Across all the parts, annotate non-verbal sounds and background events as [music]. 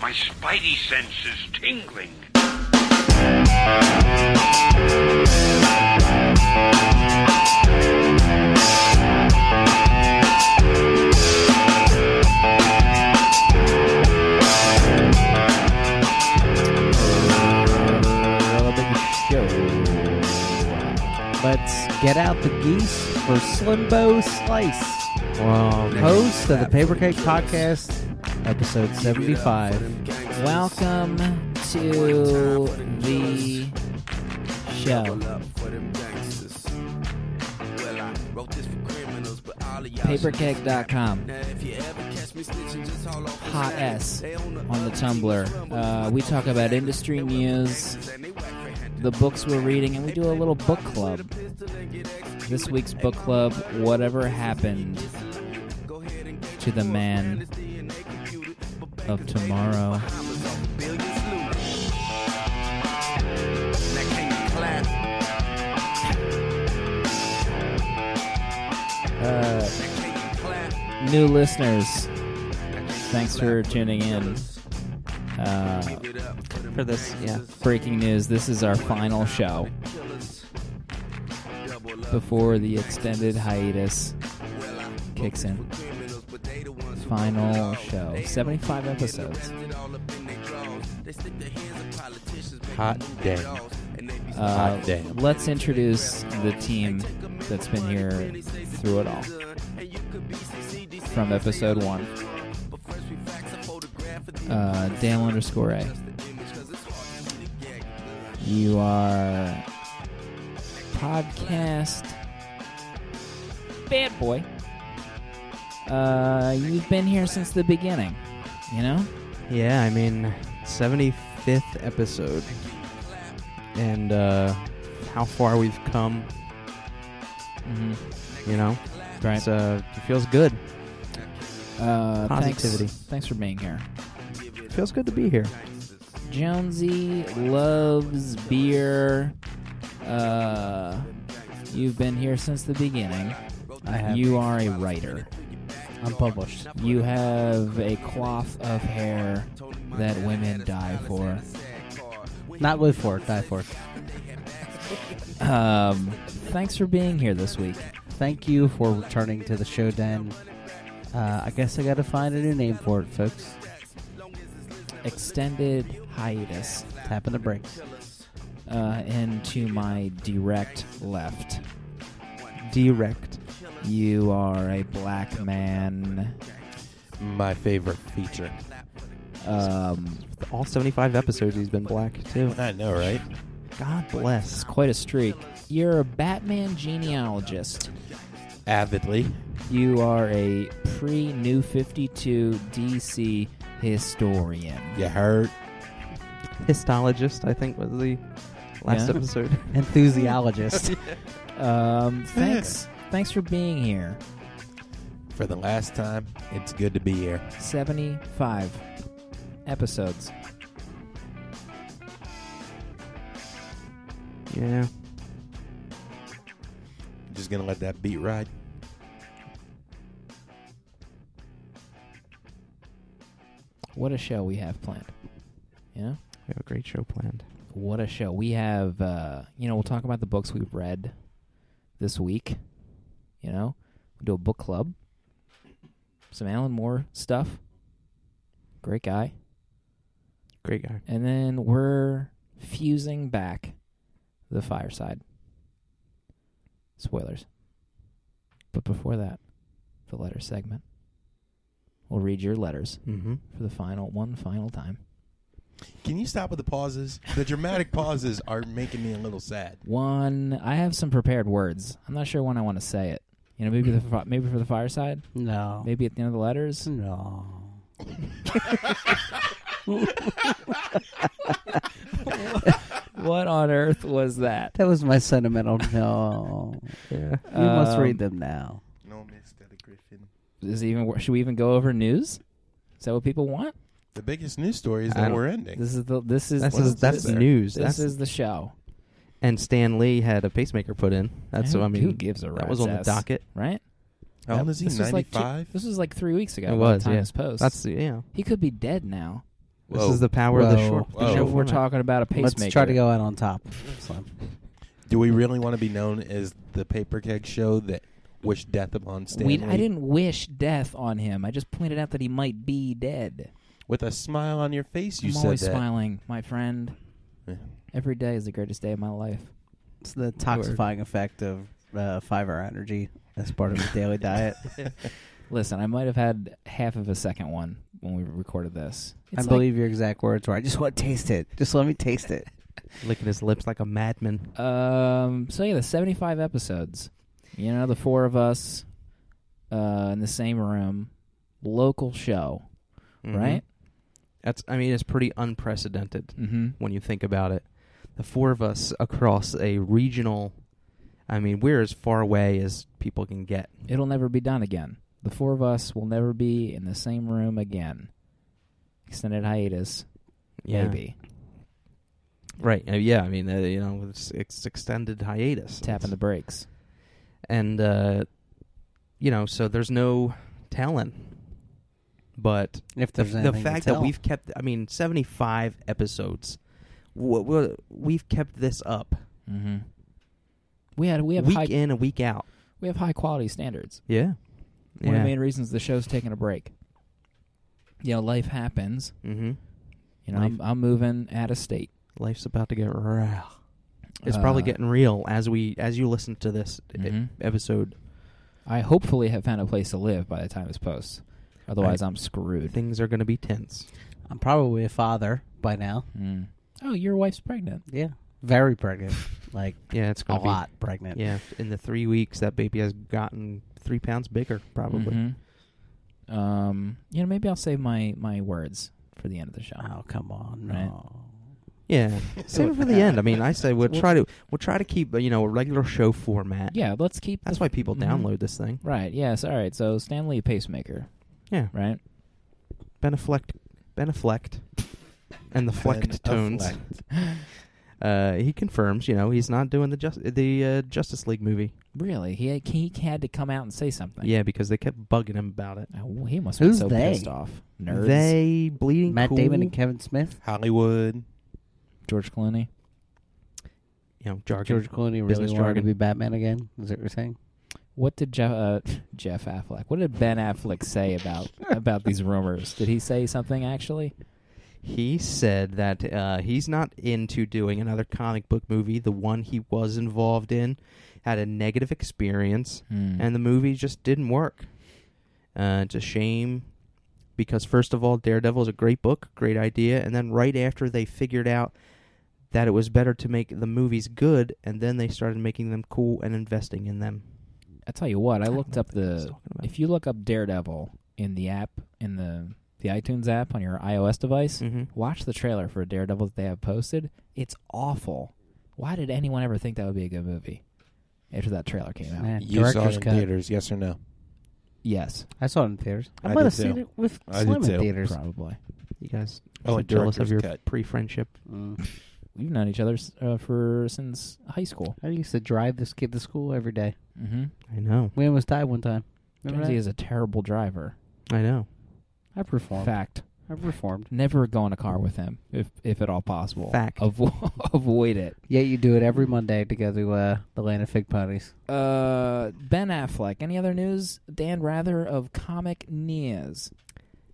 My spidey sense is tingling. Relevant show. Let's get out the geese for Slimbo Slice. From host of the Paper Cake Podcast, episode 75. Welcome to the show. Papercake.com. Hot S on the Tumblr. Uh, we talk about industry news, the books we're reading, and we do a little book club. This week's book club, Whatever Happened to the Man of Tomorrow. Uh, new listeners, thanks for tuning in. Uh, for this. Yeah. breaking news this is our final show before the extended hiatus kicks in final show 75 episodes Hot damn. uh, damn. let's introduce the team that's been here through it all from episode one uh, dale underscore a you are podcast bad boy uh, you've been here since the beginning you know Yeah, I mean, 75th episode. And uh, how far we've come, mm-hmm. you know? right It's, uh, it feels good. uh, positivity. thanks, thanks for being here It feels good to be here. Jonesy loves beer. Uh, you've been here since the beginning. I have. You are a writer. I'm published. You have a quaff of hair that women die for. Not live for it, die for it. Um, thanks for being here this week. Thank you for returning to the show den. Uh, I guess I gotta find a new name for it, folks. Extended hiatus Tapping the brakes. uh, and to my direct left. Direct. You are a black man. My favorite feature. Um, All 75 episodes, he's been black, too. I know, right? God bless. quite a streak. You're a Batman genealogist. Avidly. You are a pre New 52 DC historian. You heard? Histologist, I think, was the last Yeah. episode. [laughs] Enthusiologist. [laughs] Um, thanks. Thanks for being here. For the last time, it's good to be here. 75 episodes. yeah. Just gonna let that beat ride. What a show we have planned. Yeah? We have a great show planned. What a show. We have, uh, you know, we'll talk about the books we've read this week. You know, we'll do a book club, some Alan Moore stuff. Great guy. Great guy. And then we're fusing back the fireside. Spoilers. But before that, the letter segment. We'll read your letters [laughs] Mm-hmm. for the final one final time. Can you stop with the pauses? The dramatic pauses are making me a little sad. One, I have some prepared words. I'm not sure when I want to say it. You know, maybe the fi- maybe for the fireside, no. maybe at the end of the letters. No. What on earth was that? That was my sentimental no. [laughs] Yeah. You must Um, read them now. No, Mr. Griffin. Is it even wor- should we even go over news? Is that what people want? The biggest news story is I that don't- we're ending. This is the this is That's, what is, is that's this? news. this that's is the show. and Stan Lee had a pacemaker put in. That's Who- what I mean. Who gives a that rat's was on the ass, docket. Oh. right? How old is he? This was like two- 95? This was like three weeks ago. It by the was, time yeah. this post. That's yeah. he could be dead now. This Whoa. is the power of the Whoa. short. the Whoa. show We're format. talking about a pacemaker. Let's try to go out on top. So, Do we really want to be known as the paper keg show that wished death upon We, Stanley? I didn't wish death on him. I just pointed out that he might be dead. With a smile on your face, you I'm said always that. smiling, my friend. Yeah. Every day is the greatest day of my life. it's the toxifying effect of uh, fiber energy as part of his daily diet. [laughs] Listen, I might have had half of a second one when we recorded this. I It's like- believe your exact words were, "I just want to taste it. Just let me taste it." Licking his lips like a madman. Um. So yeah, the seventy-five episodes. You know, the four of us uh, in the same room, local show, Mhm. right? That's. I mean, it's pretty unprecedented Mm-hmm. when you think about it. The four of us across a regional. I mean, we're as far away as people can get. It'll never be done again. The four of us will never be in the same room again. Extended hiatus, Yeah. maybe. Right. uh, yeah. I mean, uh, you know, it's, it's extended hiatus. Tapping the brakes. and uh, you know, so there's no telling. But If the, there's the anything to fact that tell. we've kept, I mean, 75 episodes, w- w- we've kept this up Mm-hmm. We had we have week high in and week out. we have high quality standards. Yeah. One of Yeah. the main reasons the show's taking a break. You know, life happens. mm-hmm. You know, I'm, I'm moving out of state. Life's about to get real. It's probably Uh, getting real as we as you listen to this e- Mhm. episode. I hopefully have found a place to live by the time this posts. Otherwise, I I'm screwed. Things are going to be tense. I'm probably a father by now. Mm. Oh, your wife's pregnant. Yeah, very pregnant, like Yeah, it's a going to be lot pregnant. Yeah, in the three weeks that baby has gotten three pounds bigger, probably. Mm-hmm. Mhm. Um, you know, maybe I'll save my my words for the end of the show. Oh come on, Right. no. Yeah, save it for the end. I mean, I say we'll try to we'll try to keep uh, you know a regular show format. Yeah, let's keep. that's the- why people Mhm. download this thing. Right. Yes. All right. So Stanley pacemaker. Yeah, Right. Beneflect, Beneflect, and the flecked tones. Afflecked. Uh, he confirms, you know, he's not doing the just the uh, Justice League movie. Really? He had, he had to come out and say something. Yeah, because they kept bugging him about it. Oh, he must Who's be so they? pissed off. Nerds. They bleeding Matt cool, Damon and Kevin Smith. Hollywood. George Clooney. you know, jargon. George Clooney really Business wanted jargon. to be Batman again. Is that what you're saying? What did Jeff uh, [laughs] Jeff Affleck? What did Ben Affleck say [laughs] about about these rumors? Did he say something actually? He said that uh, he's not into doing another comic book movie. The one he was involved in had a negative experience, Hmm. and the movie just didn't work. Uh, it's a shame because, first of all, Daredevil is a great book, great idea, and then right after they figured out that it was better to make the movies good, and then they started making them cool and investing in them. I tell you what, I looked don't up think I was the. talking about- If you look up Daredevil in the app in the the iTunes app on your iOS device, Mhm. watch the trailer for Daredevil that they have posted. It's awful. Why did anyone ever think that would be a good movie after that trailer came out? Man, You saw it director's in cut. theaters, yes or no? Yes, I saw it in theaters. I, I might did have seen too. it with I did Slim in too. theaters. probably. You guys Oh, so a jealous of director's your cut. pre-friendship. Mm. We've known each other s- uh, for since high school. I used to drive this kid to school every day. Mm-hmm. I know. We almost died one time. Remember Jonesy that? is a terrible driver. I know. I performed. Fact. I performed. Never go in a car with him if if at all possible. Fact. Avo- [laughs] avoid it. Yeah, you do it every Monday to go to uh, the Land of Fig Ponies. Uh, Ben Affleck. Any other news? Dan Rather of Comic News.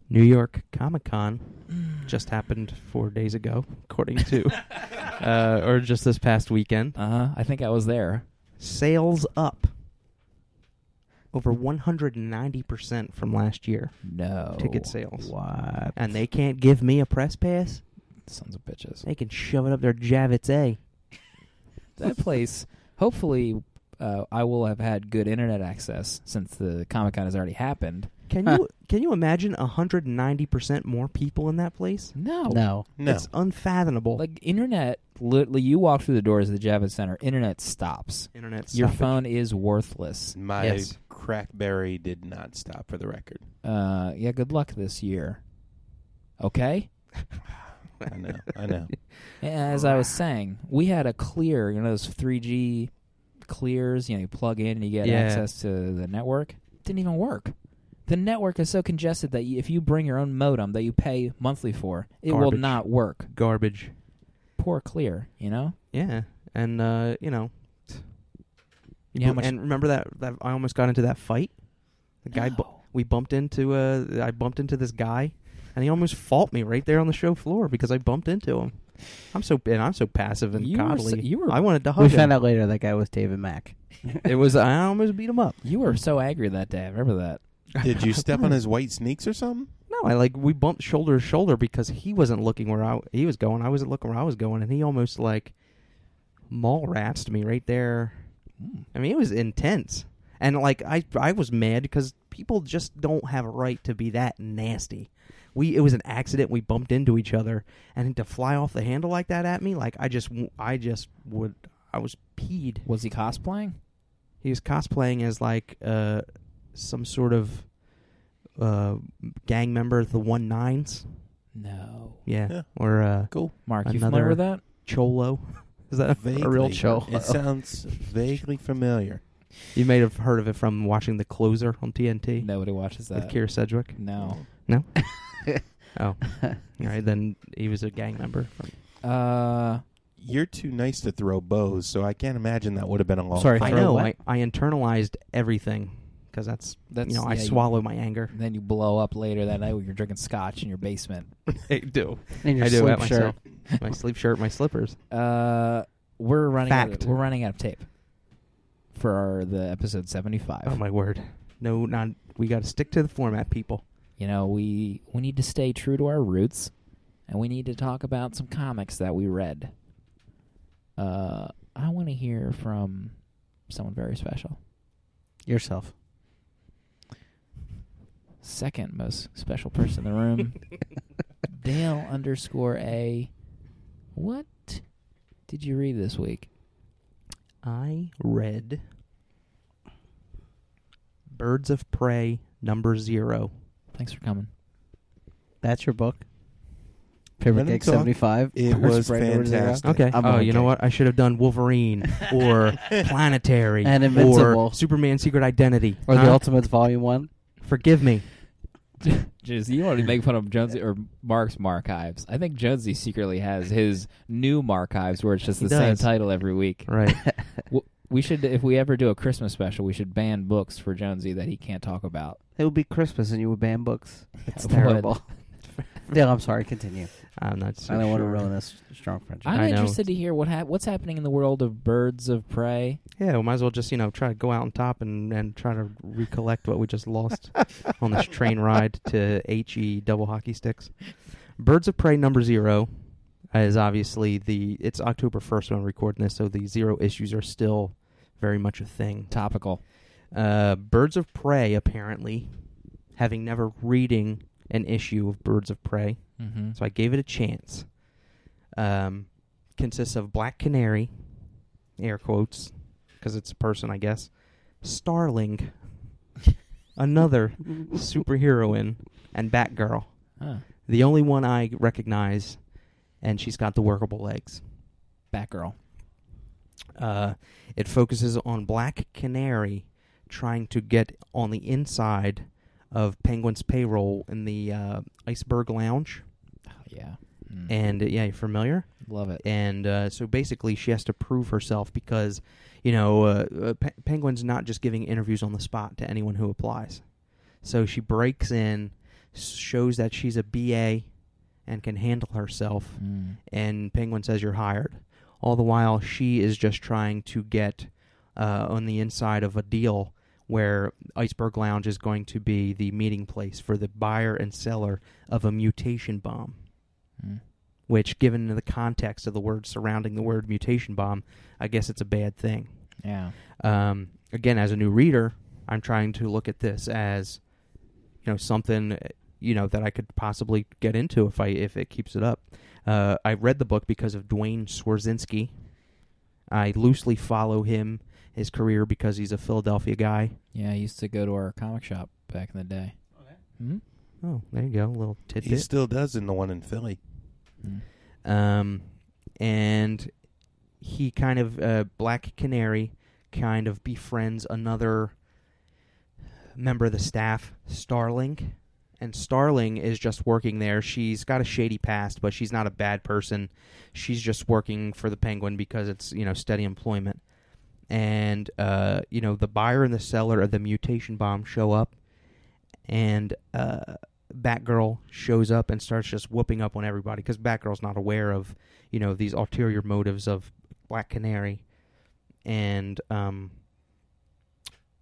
New York Comic Con just happened four days ago, according to, uh, or just this past weekend. Uh huh. I think I was there. Sales up over 190% from last year, No ticket sales. What? And they can't give me a press pass? Sons of bitches. They can shove it up their Javits eh? A. That place. Hopefully, uh, I will have had good internet access since the Comic Con has already happened. Can you can you imagine 190% more people in that place? No. No. No. It's unfathomable. Like internet. Literally, you walk through the doors of the Javits Center. Internet stops. Internet Your stoppage. [laughs] phone is worthless. My Yes. crackberry did not stop for the record. Uh, yeah. Good luck this year. Okay. I know. I know. As I was Ah. saying, we had a clear, you know, those 3G clears, you know, you plug in and you get Yeah. access to the network. Didn't even work. The network is so congested that you, if you bring your own modem that you pay monthly for, it will Garbage. not work. Garbage. Poor Clear, you know? Yeah, and uh, you know, You know how much- and remember that that I almost got into that fight. The guy bu- No. we bumped into. Uh, I bumped into this guy, and he almost fought me right there on the show floor because I bumped into him. I'm so and I'm so passive and You were coddly. so- you were- I wanted to hug We him. found out later that guy was David [laughs] Mack. It was. uh, I almost beat him up. You were so angry that day. I remember that. Did you step on his white sneaks or something? No, I like we bumped shoulder to shoulder because he wasn't looking where I he was going. I wasn't looking where I was going, and he almost like mall rats me right there. I mean, it was intense, and like I I was mad because people just don't have a right to be that nasty. We it was an accident. We bumped into each other, and to fly off the handle like that at me, like I just w- I just would I was peed. Was he cosplaying? He was cosplaying as like uh some sort of uh gang member of the one nines. No. Yeah. Yeah. Or uh, Cool. Mark, you Another- familiar with that? Cholo. [laughs] Is that a, a real Cholo? It sounds vaguely familiar. [laughs] You may have heard of it from watching The Closer on TNT Nobody watches with that. Kira Sedgwick. No. No? oh. All right, then he was a gang member. From, Uh, You're too nice to throw bows, so I can't imagine that would have been a long Sorry, fight. I throw know. I, what? I internalized everything because that's, That's- you know, I yeah, you- swallow [laughs] my anger. then you blow up later that night when you're drinking scotch in your basement. I do. In your I do sleep at myself. shirt. my sleep shirt, my slippers. Uh, we're running Out Fact. of, we're running out of tape for our, the episode 75. Oh, my word. No, not. We got to stick to the format, people. You know, we we need to stay true to our roots, and we need to talk about some comics that we read. Uh, I want to hear from someone very special. Yourself. Second most special person in the [laughs] room, Dale underscore A. What did you read this week? I read Birds of Prey number zero. Thanks for coming. That's your book? Paper Let him Cake talk. 75? It First was Brand Order Zero? fantastic. Okay. I'm oh, on you know game. what? I should have done [laughs] Wolverine or Planetary And [laughs] Invincible. or Superman Secret Identity. Or The Huh? Ultimates Volume 1? [laughs] Forgive me. Just you [laughs] already make fun of Jonesy or Mark's Markives. I think Jonesy secretly [laughs] has his new Markives, where it's just He the same does. title every week. Right. W- We should, if we ever do a Christmas special, we should ban books for Jonesy that he can't talk about. It would be Christmas and you would ban books. It's Would. terrible. [laughs] Dale, I'm sorry. [laughs] Continue. I'm not so I don't sure. want to ruin this strong friendship. I'm I know. interested to hear what hap what's happening in the world of birds of prey. Yeah, we might as well just, you know, try to go out on top and, and try to recollect what we [laughs] just lost on this train ride to HE double hockey sticks. Birds of Prey number zero is obviously the. It's October 1st when I'm recording this, so the zero issues are still very much a thing. Topical. uh, Birds of Prey, apparently, having never reading an issue of Birds of Prey, Mm-hmm. so I gave it a chance. Um, consists of Black Canary, air quotes, because it's a person, I guess. Starling, [laughs] another superheroine, and Batgirl. Huh. The only one I recognize, and she's got the workable legs. Batgirl. Uh, it focuses on Black Canary trying to get on the inside of Penguin's payroll in the uh, Iceberg Lounge. Oh, yeah. Mm. And uh, yeah, you're familiar? love it. And uh, so basically, she has to prove herself because, you know, uh, uh, Pe- Penguin's not just giving interviews on the spot to anyone who applies. So she breaks in, s- shows that she's a BA and can handle herself Mm. and Penguin says you're hired. All the while, she is just trying to get uh, on the inside of a deal where Iceberg Lounge is going to be the meeting place for the buyer and seller of a mutation bomb. Mm. Which, given the context of the word surrounding the word mutation bomb, I guess it's a bad thing. Yeah. Um, again, as a new reader, I'm trying to look at this as you know something uh, you know that I could possibly get into if I if it keeps it up. Uh, I read the book because of Dwayne Swarzynski. I loosely follow him his career because he's a Philadelphia guy. Yeah. I used to go to our comic shop back in the day. Hmm? Okay. Oh, there you go, a little He tidbit. still does in the one in Philly. Mm. um, and he kind of uh, Black Canary kind of befriends another member of the staff, Starling. And Starling is just working there. She's got a shady past, but she's not a bad person. She's just working for the Penguin because it's, you know, steady employment. And, uh, you know, the buyer and the seller of the mutation bomb show up, and uh, Batgirl shows up and starts just whooping up on everybody because Batgirl's not aware of, you know, these ulterior motives of Black Canary. And, um,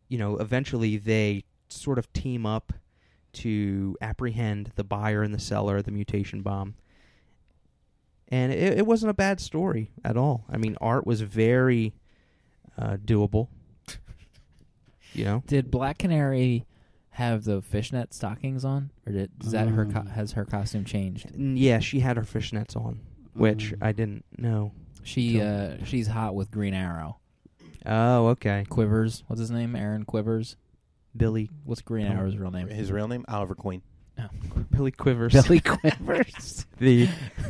you know, eventually they sort of team up to apprehend the buyer and the seller of the mutation bomb. And it, it wasn't a bad story at all. I mean, art was very uh, doable. You know, Did Black Canary have the fishnet stockings on, or did, is that her co- Mm. has her costume changed? N- yeah, she had her fishnets on, Mm. which I didn't know. She Cool. uh, she's hot with Green Arrow. Oh, okay. Quivers, what's his name? Aaron Quivers. Billy, What's Green Cool. Arrow's real name? His real name Oliver Queen. Billy [laughs] Quivers, [laughs] Billy [laughs] Quivers. the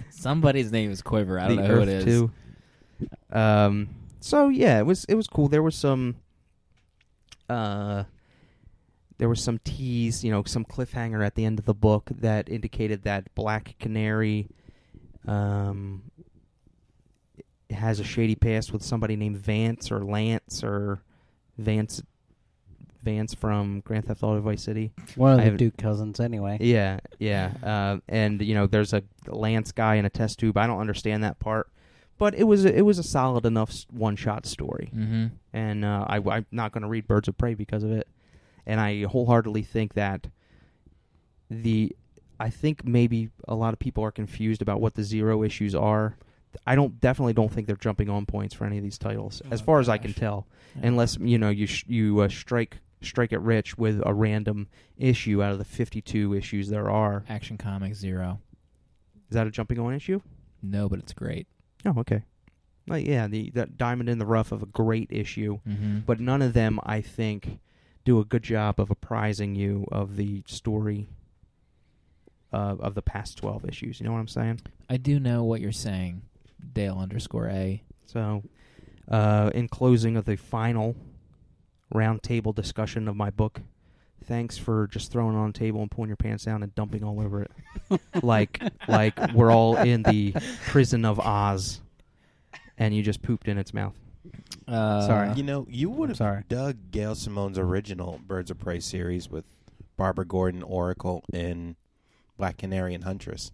Somebody's name is Quiver. I don't know the who Earth it is. Two. Um. So yeah, it was it was cool. There was some. Uh. There was some tease, you know, some cliffhanger at the end of the book that indicated that Black Canary, um, has a shady past with somebody named Vance or Lance or Vance, Vance from Grand Theft Auto Vice City. One I of the haven't- Duke cousins, anyway. Yeah, [laughs] yeah. Um, and you know, there's a Lance guy in a test tube. I don't understand that part, but it was it was a solid enough one shot story, Mm-hmm. and uh, I, I'm not going to read Birds of Prey because of it. And I wholeheartedly think that the I think maybe a lot of people are confused about what the zero issues are. I don't definitely don't think they're jumping on points for any of these titles, as Oh, far as I gosh. can tell Yeah. unless you know you sh- you uh, strike strike it rich with a random issue out of the 52 issues there are. Action Comics Zero. Is that a jumping on issue? No, but it's great. Oh, okay. Like yeah, the that diamond in the rough of a great issue, Mm-hmm. but none of them I think do a good job of apprising you of the story uh, of the past 12 issues. You know what I'm saying? I do know what you're saying, Dale underscore A. So, uh, in closing of the final roundtable discussion of my book, thanks for just throwing it on the table and pulling your pants down and dumping all over it, [laughs] like like [laughs] we're all in the prison of Oz, and you just pooped in its mouth. Uh, Sorry. you know, you would I'm sorry. have dug Gail Simone's original Birds of Prey series with Barbara Gordon, Oracle, and Black Canary and Huntress.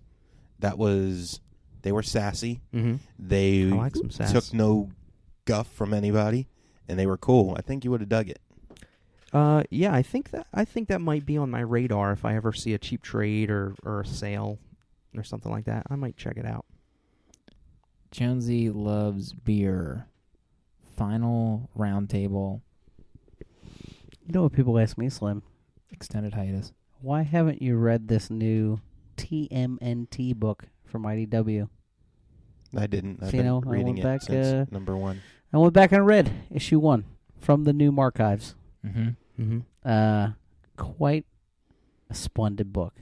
That was they were sassy. Mm-hmm. They I like some sass. took no guff from anybody, and they were cool. I think you would have dug it. Uh, yeah, I think that I think that might be on my radar if I ever see a cheap trade or or a sale or something like that. I might check it out. Jonesy loves beer. Final roundtable You know what people ask me, Slim? extended hiatus. Why haven't you read this new TMNT book from IDW? I didn't. I've See, been now I reading went it back, since uh, number one. I went back and read issue one from the New Archives. Mm-hmm. Mm-hmm. Uh, quite a splendid book.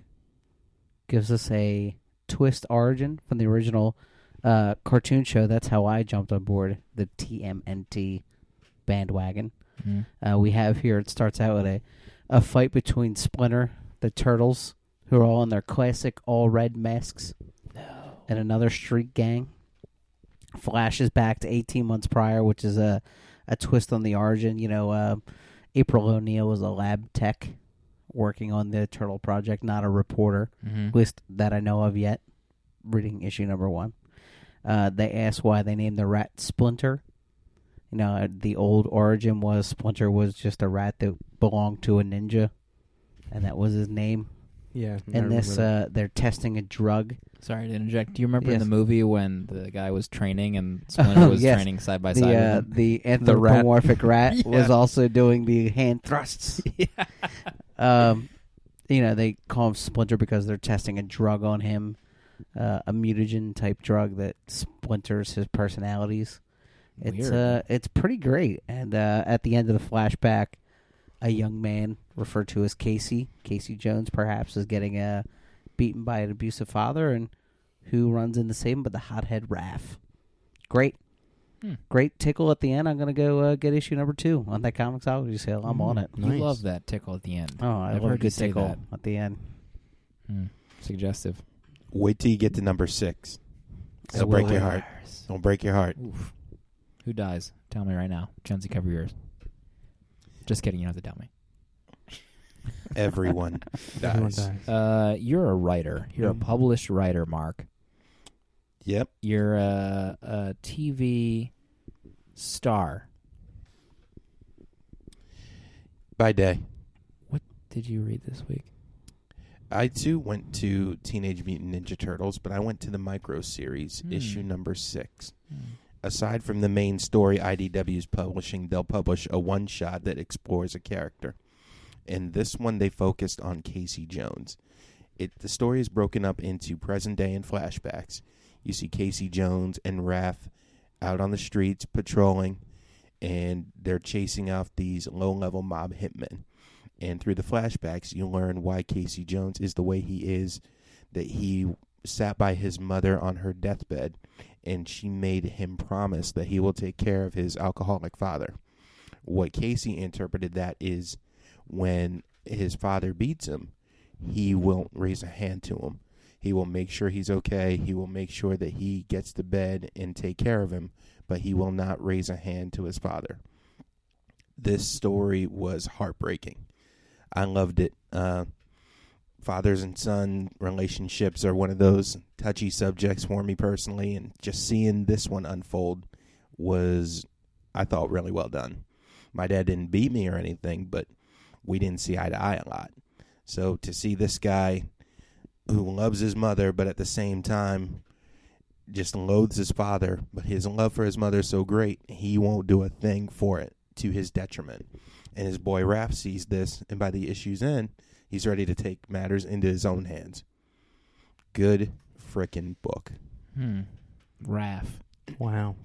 Gives us a twist origin from the original uh, cartoon show. That's how I jumped on board the TMNT bandwagon. hmm uh, we have here. It starts out with a, a fight between Splinter, the Turtles, who are all in their classic all red masks, and another street gang. Flashes back to 18 months prior, which is a, a twist on the origin. You know, uh, April O'Neil was a lab tech working on the Turtle Project, not a reporter hmm at least that I know of yet, reading issue number one. Uh, they asked why they named the rat Splinter. You know, uh, the old origin was Splinter was just a rat that belonged to a ninja, and that was his name. Yeah, and this, uh, they're testing a drug. Sorry to interject. Do you remember Yes. in the movie when the guy was training and [laughs] Splinter was yes. training side by side? The with uh, him? [laughs] the rat. anthropomorphic rat, was Yeah. also doing the [laughs] hand thrusts. um, you know, they call him Splinter because they're testing a drug on him, uh, a mutagen type drug that splinters his personalities. It's Weird. uh, it's pretty great. And uh, at the end of the flashback, a young man referred to as Casey, Casey Jones, perhaps, is getting uh, beaten by an abusive father, and who runs in to save him, but the hothead Raph. Great. Hmm. Great tickle at the end. I'm going to go uh, get issue number two on that comicsology sale. I'm on it. Mm, You love that tickle at the end. Oh, I I've love a heard you good say tickle that. at the end. Hmm. Suggestive. Wait till you get to number six. It'll break your heart. It'll break your heart. Oof. Who dies? Tell me right now. Jonesy, cover yours. Just kidding. You don't have to tell me. Everyone Everyone dies. dies. Uh, you're a writer. You're a Mm. published writer, Mark. Yep. You're a, a TV star. By day. Did you read this week? I too went to Teenage Mutant Ninja Turtles, but I went to the micro series, Hmm. issue number six. Mm. Hmm. Aside from the main story IDW is publishing, they'll publish a one shot that explores a character. In this one, they focused on Casey Jones. It, the story is broken up into present day and flashbacks. You see Casey Jones and Raph out on the streets patrolling, and they're chasing off these low level mob hitmen. And through the flashbacks, you learn why Casey Jones is the way he is, that he sat by his mother on her deathbed, and she made him promise that he will take care of his alcoholic father. What Casey interpreted that is when his father beats him, he won't raise a hand to him. He will make sure he's okay. He will make sure that he gets to bed and take care of him, but he will not raise a hand to his father. This story was heartbreaking. I loved it. Uh, fathers and son relationships are one of those touchy subjects for me personally, and just seeing this one unfold was, I thought, really well done. My dad didn't beat me or anything, but we didn't see eye to eye a lot. So to see this guy who loves his mother, but at the same time just loathes his father, but his love for his mother is so great, he won't do a thing for it to his detriment. And his boy Raph sees this, and by the issue's end, he's ready to take matters into his own hands. Good frickin' book. Hmm. Raph. Wow.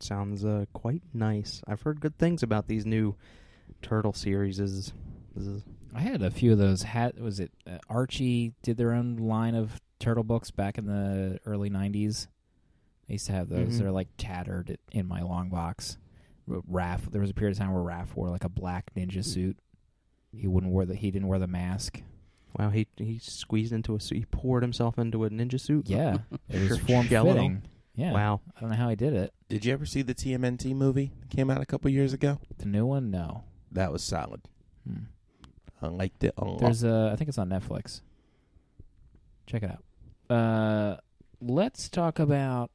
Sounds uh, quite nice. I've heard good things about these new turtle series. This is I had a few of those. Hat was it uh, Archie did their own line of turtle books back in the early '90s. I used to have those. Mhm. They're like tattered in my long box. R- Raph. There was a period of time where Raph wore like a black Mm. ninja suit. He wouldn't wear the. He didn't wear the [laughs] mask. wow. He he squeezed into a suit. He poured himself into a ninja suit. Yeah, it was Sure, form shallow. fitting. Yeah. Wow. I don't know how he did it. Did you ever see the TMNT movie that came out a couple years ago? The new one, no. That was solid. Hmm. I liked it a lot. There's a. I think it's on Netflix. Check it out. Uh, let's talk about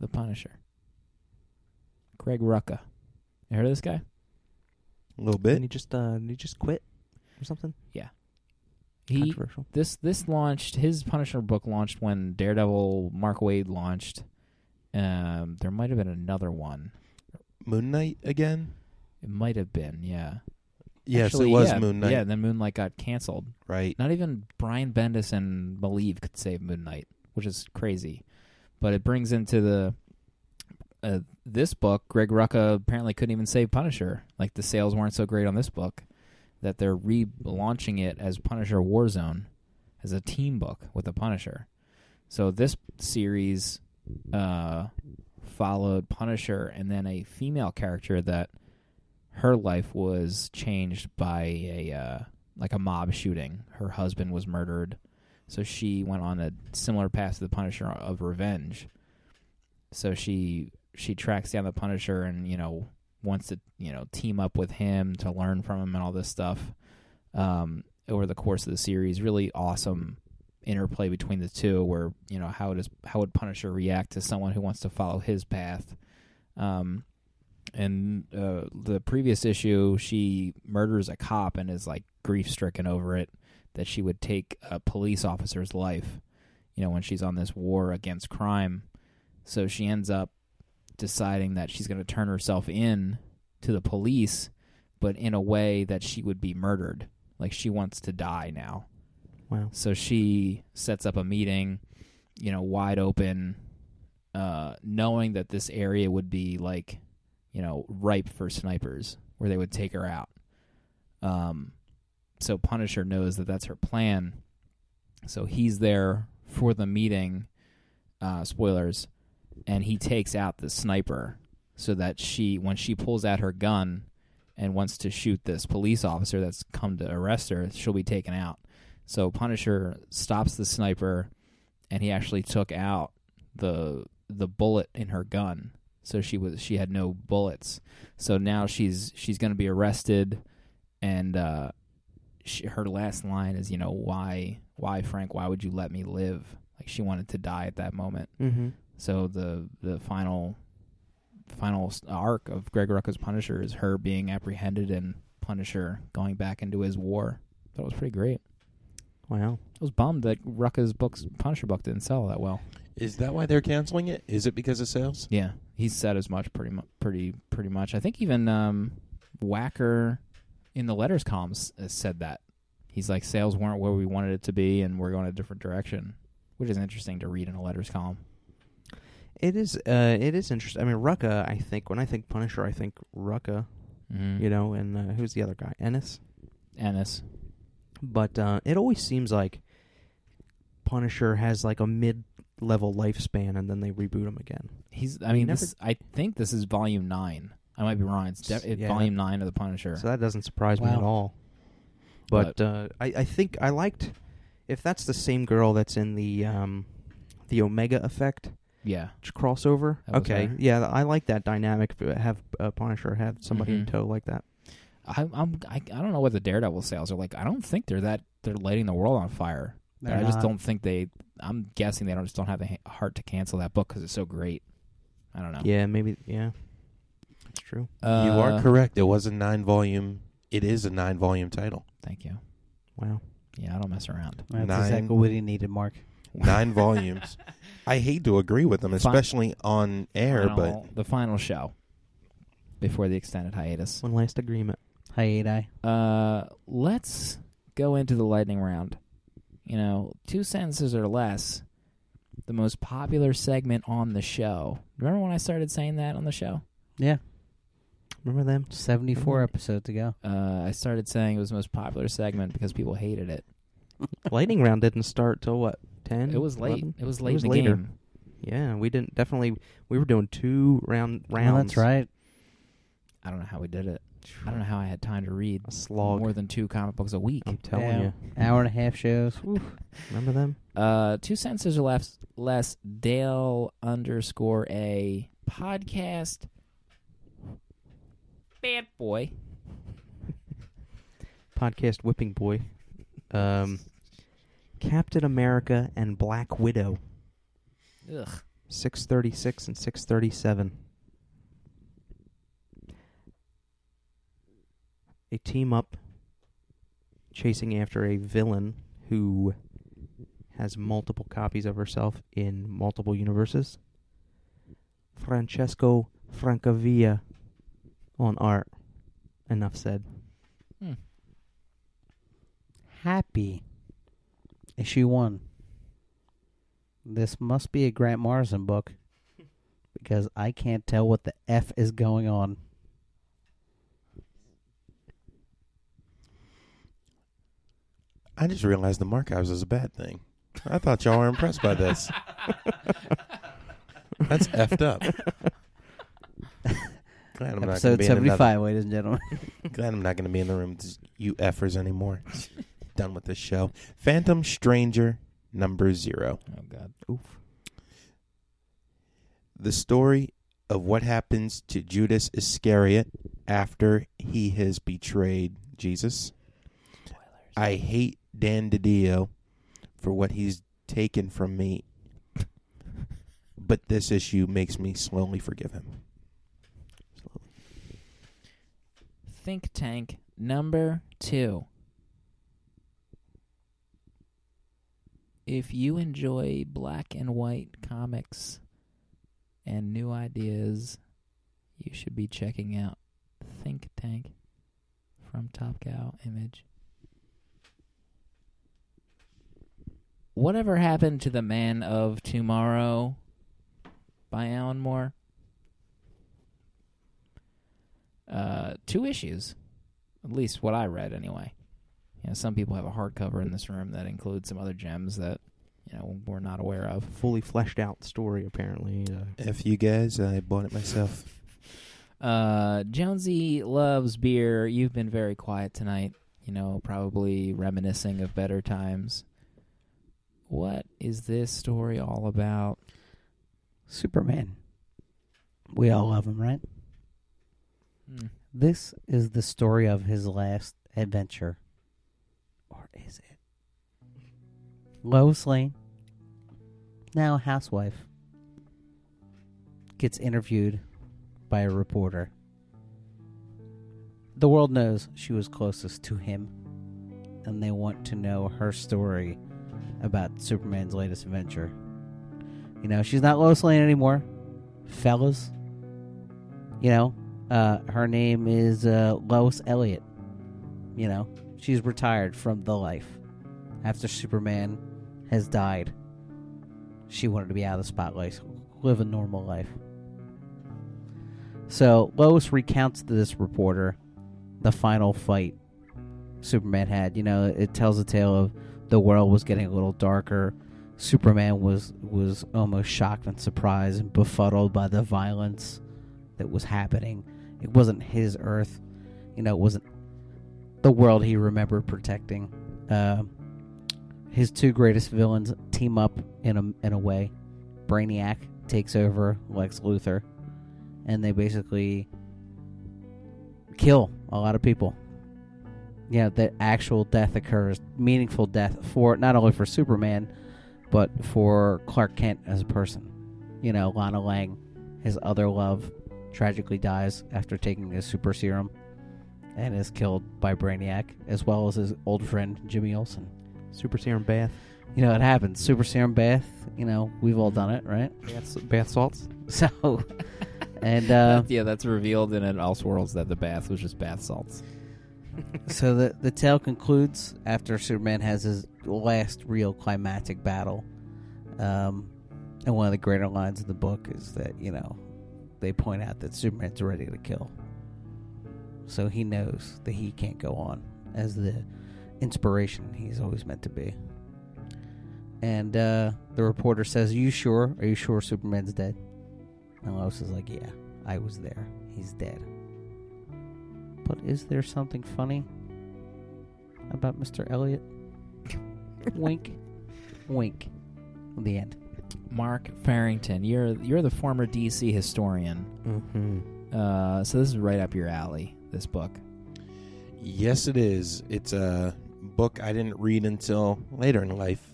the Punisher. Greg Rucka. You heard of this guy? a little Then bit. he just uh he just quit or something. He Controversial. this this launched his Punisher book launched when Daredevil Mark Wade launched. Um, there might have been another one. Moon Knight again? It might have been, yeah. Yes, Actually, it was yeah, Moon Knight. Yeah, then Moonlight got canceled. Right. Not even Brian Bendis and Malieve could save Moon Knight, which is crazy. But it brings into the uh, this book. Greg Rucka apparently couldn't even save Punisher. Like the sales weren't so great on this book that they're relaunching it as Punisher Warzone as a team book with the Punisher. So this series uh, followed Punisher and then a female character that her life was changed by a uh, like a mob shooting. Her husband was murdered, so she went on a similar path to the Punisher of revenge. So she she tracks down the Punisher and you know wants to you know team up with him to learn from him and all this stuff. Um, over the course of the series, really awesome interplay between the two. Where you know how does how would Punisher react to someone who wants to follow his path? Um, and uh, the previous issue, she murders a cop and is like grief stricken over it that she would take a police officer's life, you know, when she's on this war against crime. So she ends up deciding that she's going to turn herself in to the police, but in a way that she would be murdered. Like she wants to die now. Wow. So she sets up a meeting, you know, wide open, uh, knowing that this area would be like, you know, ripe for snipers, where they would take her out. Um, so Punisher knows that that's her plan. So he's there for the meeting. Uh, spoilers. and he takes out the sniper so that she when she pulls out her gun and wants to shoot this police officer that's come to arrest her she'll be taken out so punisher stops the sniper and he actually took out the the bullet in her gun so she was she had no bullets so now she's she's going to be arrested and uh she, her last line is you know why why frank why would you let me live like she wanted to die at that moment Mm-hmm. so the the final final s- arc of Greg Rucka's Punisher is her being apprehended and Punisher going back into his war. That was pretty great. Wow. I was bummed that Rucka's books Punisher book didn't sell that well. Is that why they're canceling it? Is it because of sales? Yeah, he said as much pretty mu- pretty pretty much. I think even um, Whacker in the letters columns uh, said that he's like sales weren't where we wanted it to be and we're going a different direction, which is interesting to read in a letters column. It is. Uh, it is interesting. I mean, Rucka. I think when I think Punisher, I think Rucka. Mm-hmm. You know, and uh, who's the other guy? Ennis. Ennis, But uh, it always seems like Punisher has like a mid-level lifespan, and then they reboot him again. He's. I mean, never- this. I think this is volume nine. I might be wrong. It's de- it- Yeah. volume nine of the Punisher. So that doesn't surprise me at Wow. all. But uh, I, I think I liked if that's the same girl that's in the um, the Omega Effect yeah. ch- crossover. That was Okay, her. yeah, I like that dynamic. if it Have uh, Punisher have somebody in Mhm. tow like that. I, I'm. I, I don't know what the Daredevil sales are like. I don't think they're that. They're lighting the world on fire. But They're I just not. don't think they. I'm guessing they don't just don't have the ha- heart to cancel that book because it's so great. I don't know. Yeah, maybe. Yeah, that's true. you Uh, are correct. It was a nine volume. It is a nine volume title. Thank you. Wow. Yeah, I don't mess around. That's Nine. exactly what he needed, Mark. [laughs] Nine volumes. I hate to agree with them, especially on air, but Final- the final show before the extended hiatus. One last agreement. Hiati. Uh, let's go into the lightning round. You know, two sentences or less. The most popular segment on the show. Remember when I started saying that on the show? Yeah, Remember them? [laughs] Hmm. seventy-four episodes to go. Uh, I started saying it was the most popular segment because people hated it. Lightning round didn't start till what? Ten. It was late. 11? It was late was in the later. game. Yeah, we didn't definitely. We were doing two round rounds. Well, Oh, that's right. I don't know how we did it. I don't know how I had time to read A slog. more than two comic books a week. I'm telling Yeah. you. Hour and a half shows. Woo. Remember them? Uh, two sentences or less, less Dale underscore a podcast bad boy. podcast whipping boy um captain america and black widow Ugh. 636 and 637 a team up chasing after a villain who has multiple copies of herself in multiple universes francesco francavilla on art enough said Happy. Issue one. This must be a Grant Morrison book because I can't tell what the F is going on. I just realized the Mark House is a bad thing. I thought y'all were impressed by this. That's effed up. Glad I'm not gonna Episode be in another- 75, ladies and gentlemen. [laughs] Glad I'm not going to be in the room with these you effers anymore. Done with this show. Phantom Stranger number zero. Oh god. The story of what happens to Judas Iscariot after he has betrayed Jesus. I hate Dan DiDio for what he's taken from me, but this issue makes me slowly forgive him. Think tank number two. If you enjoy black and white comics and new ideas, you should be checking out Think Tank from Top Cow Image. Whatever happened to the Man of Tomorrow by Alan Moore? uh, two issues, at least what I read anyway. You know, some people have a hardcover in this room that includes some other gems that you you know, we're not aware of. fully fleshed out story apparently. Uh, If you guys, I bought it myself. Uh, Jonesy loves beer. You've been very quiet tonight. You know, probably reminiscing of better times. What is this story all about? Superman. We all love him, right? Hmm. This is the story of his last adventure. Or is it? Lois Lane, now housewife, gets interviewed by a reporter. The world knows she was closest to him, and they want to know her story about Superman's latest adventure. You know, she's not Lois Lane anymore, fellas. You know, uh, her name is uh, Lois Elliott. You know, she's retired from the life after Superman has died. She wanted to be out of the spotlight, live a normal life. So Lois recounts to this reporter the final fight Superman had. You know, it tells a tale of the world was getting a little darker. Superman was was almost shocked and surprised and befuddled by the violence that was happening. It wasn't his Earth, you know. It wasn't the world he remembered protecting. Uh, his two greatest villains team up in a in a way. Brainiac takes over Lex Luthor, and they basically kill a lot of people. You know that actual death occurs, meaningful death for not only for Superman, but for Clark Kent as a person. You know, Lana Lang, his other love, tragically dies after taking his super serum and is killed by Brainiac, as well as his old friend Jimmy Olsen. Super Serum Bath. You know, it happens. Super serum bath, you know, we've all done it, right? [laughs] Bath, bath salts. So, and uh, yeah, that's revealed in an Elseworlds that the bath was just bath salts. so the, the tale concludes after Superman has his last real climactic battle. Um, and one of the greater lines of the book is that, you know, they point out that Superman's ready to kill. So he knows that he can't go on as the inspiration he's always meant to be. And uh, the reporter says, Are you sure? Are you sure Superman's dead? And Lois is like, Yeah, I was there. He's dead. But is there something funny about Mr. [laughs] Elliot? wink, wink. The end. Mark Farrington, you're you're the former DC historian. Mm-hmm. Uh, so this is right up your alley. This book. Yes, it is. It's a book I didn't read until later in life.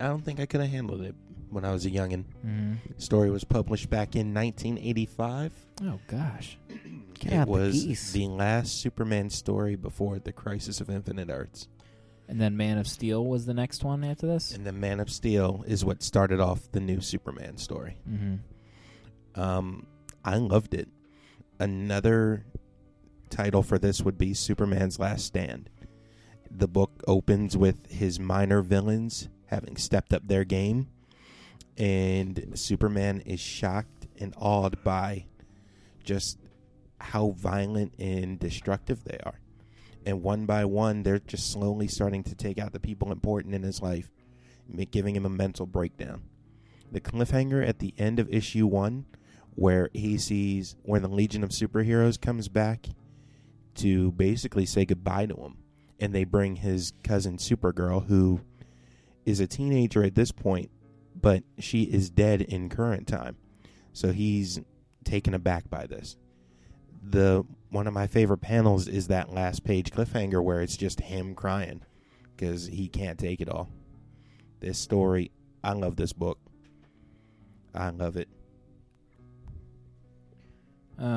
I don't think I could have handled it when I was a youngin. Mm. Story was published back in 1985. Oh gosh. Get it out was the geese. [laughs] last Superman story before the Crisis of Infinite Earths, And then Man of Steel was the next one after this. and the Man of Steel is what started off the new Superman story. Mm-hmm. Um, I loved it. Another title for this would be Superman's Last Stand. The book opens with his minor villains having stepped up their game, and Superman is shocked and awed by just how violent and destructive they are. And one by one, they're just slowly starting to take out the people important in his life, ma- giving him a mental breakdown. The cliffhanger at the end of issue one where he sees where the Legion of Superheroes comes back to basically say goodbye to him, and they bring his cousin Supergirl, who is a teenager at this point, but she is dead in current time, so he's taken aback by this. The one of my favorite panels is that last page cliffhanger where it's just him crying because he can't take it all. This story, I love this book. I love it.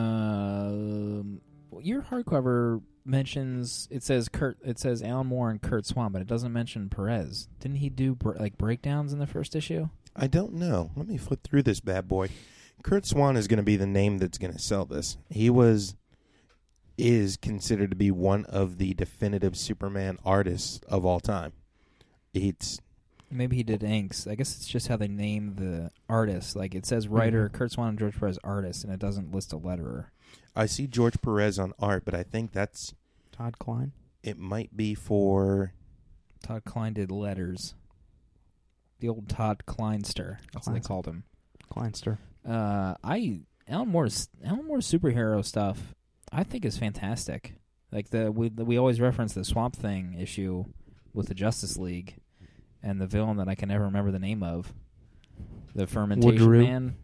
Um, your hardcover mentions it says Kurt. It says Alan Moore and Kurt Swan, but it doesn't mention Perez. Didn't he do br- like breakdowns in the first issue? I don't know. Let me flip through this bad boy. Kurt Swan is going to be the name that's going to sell this. He was is considered to be one of the definitive Superman artists of all time. It's Maybe he did inks. I guess it's just how they name the artist. Like it says writer Kurt Swan and George Perez artists, and it doesn't list a letterer. I see George Perez on art, but I think that's Todd Klein. it might be for Todd Klein did letters. the old Todd Kleinster. That's what they Kleinster. called him. Kleinster. Uh, I Alan Moore's Alan Moore's superhero stuff, I think is fantastic. Like the we we always reference the Swamp Thing issue with the Justice League, and the villain that I can never remember the name of, the fermentation Woodrue. man,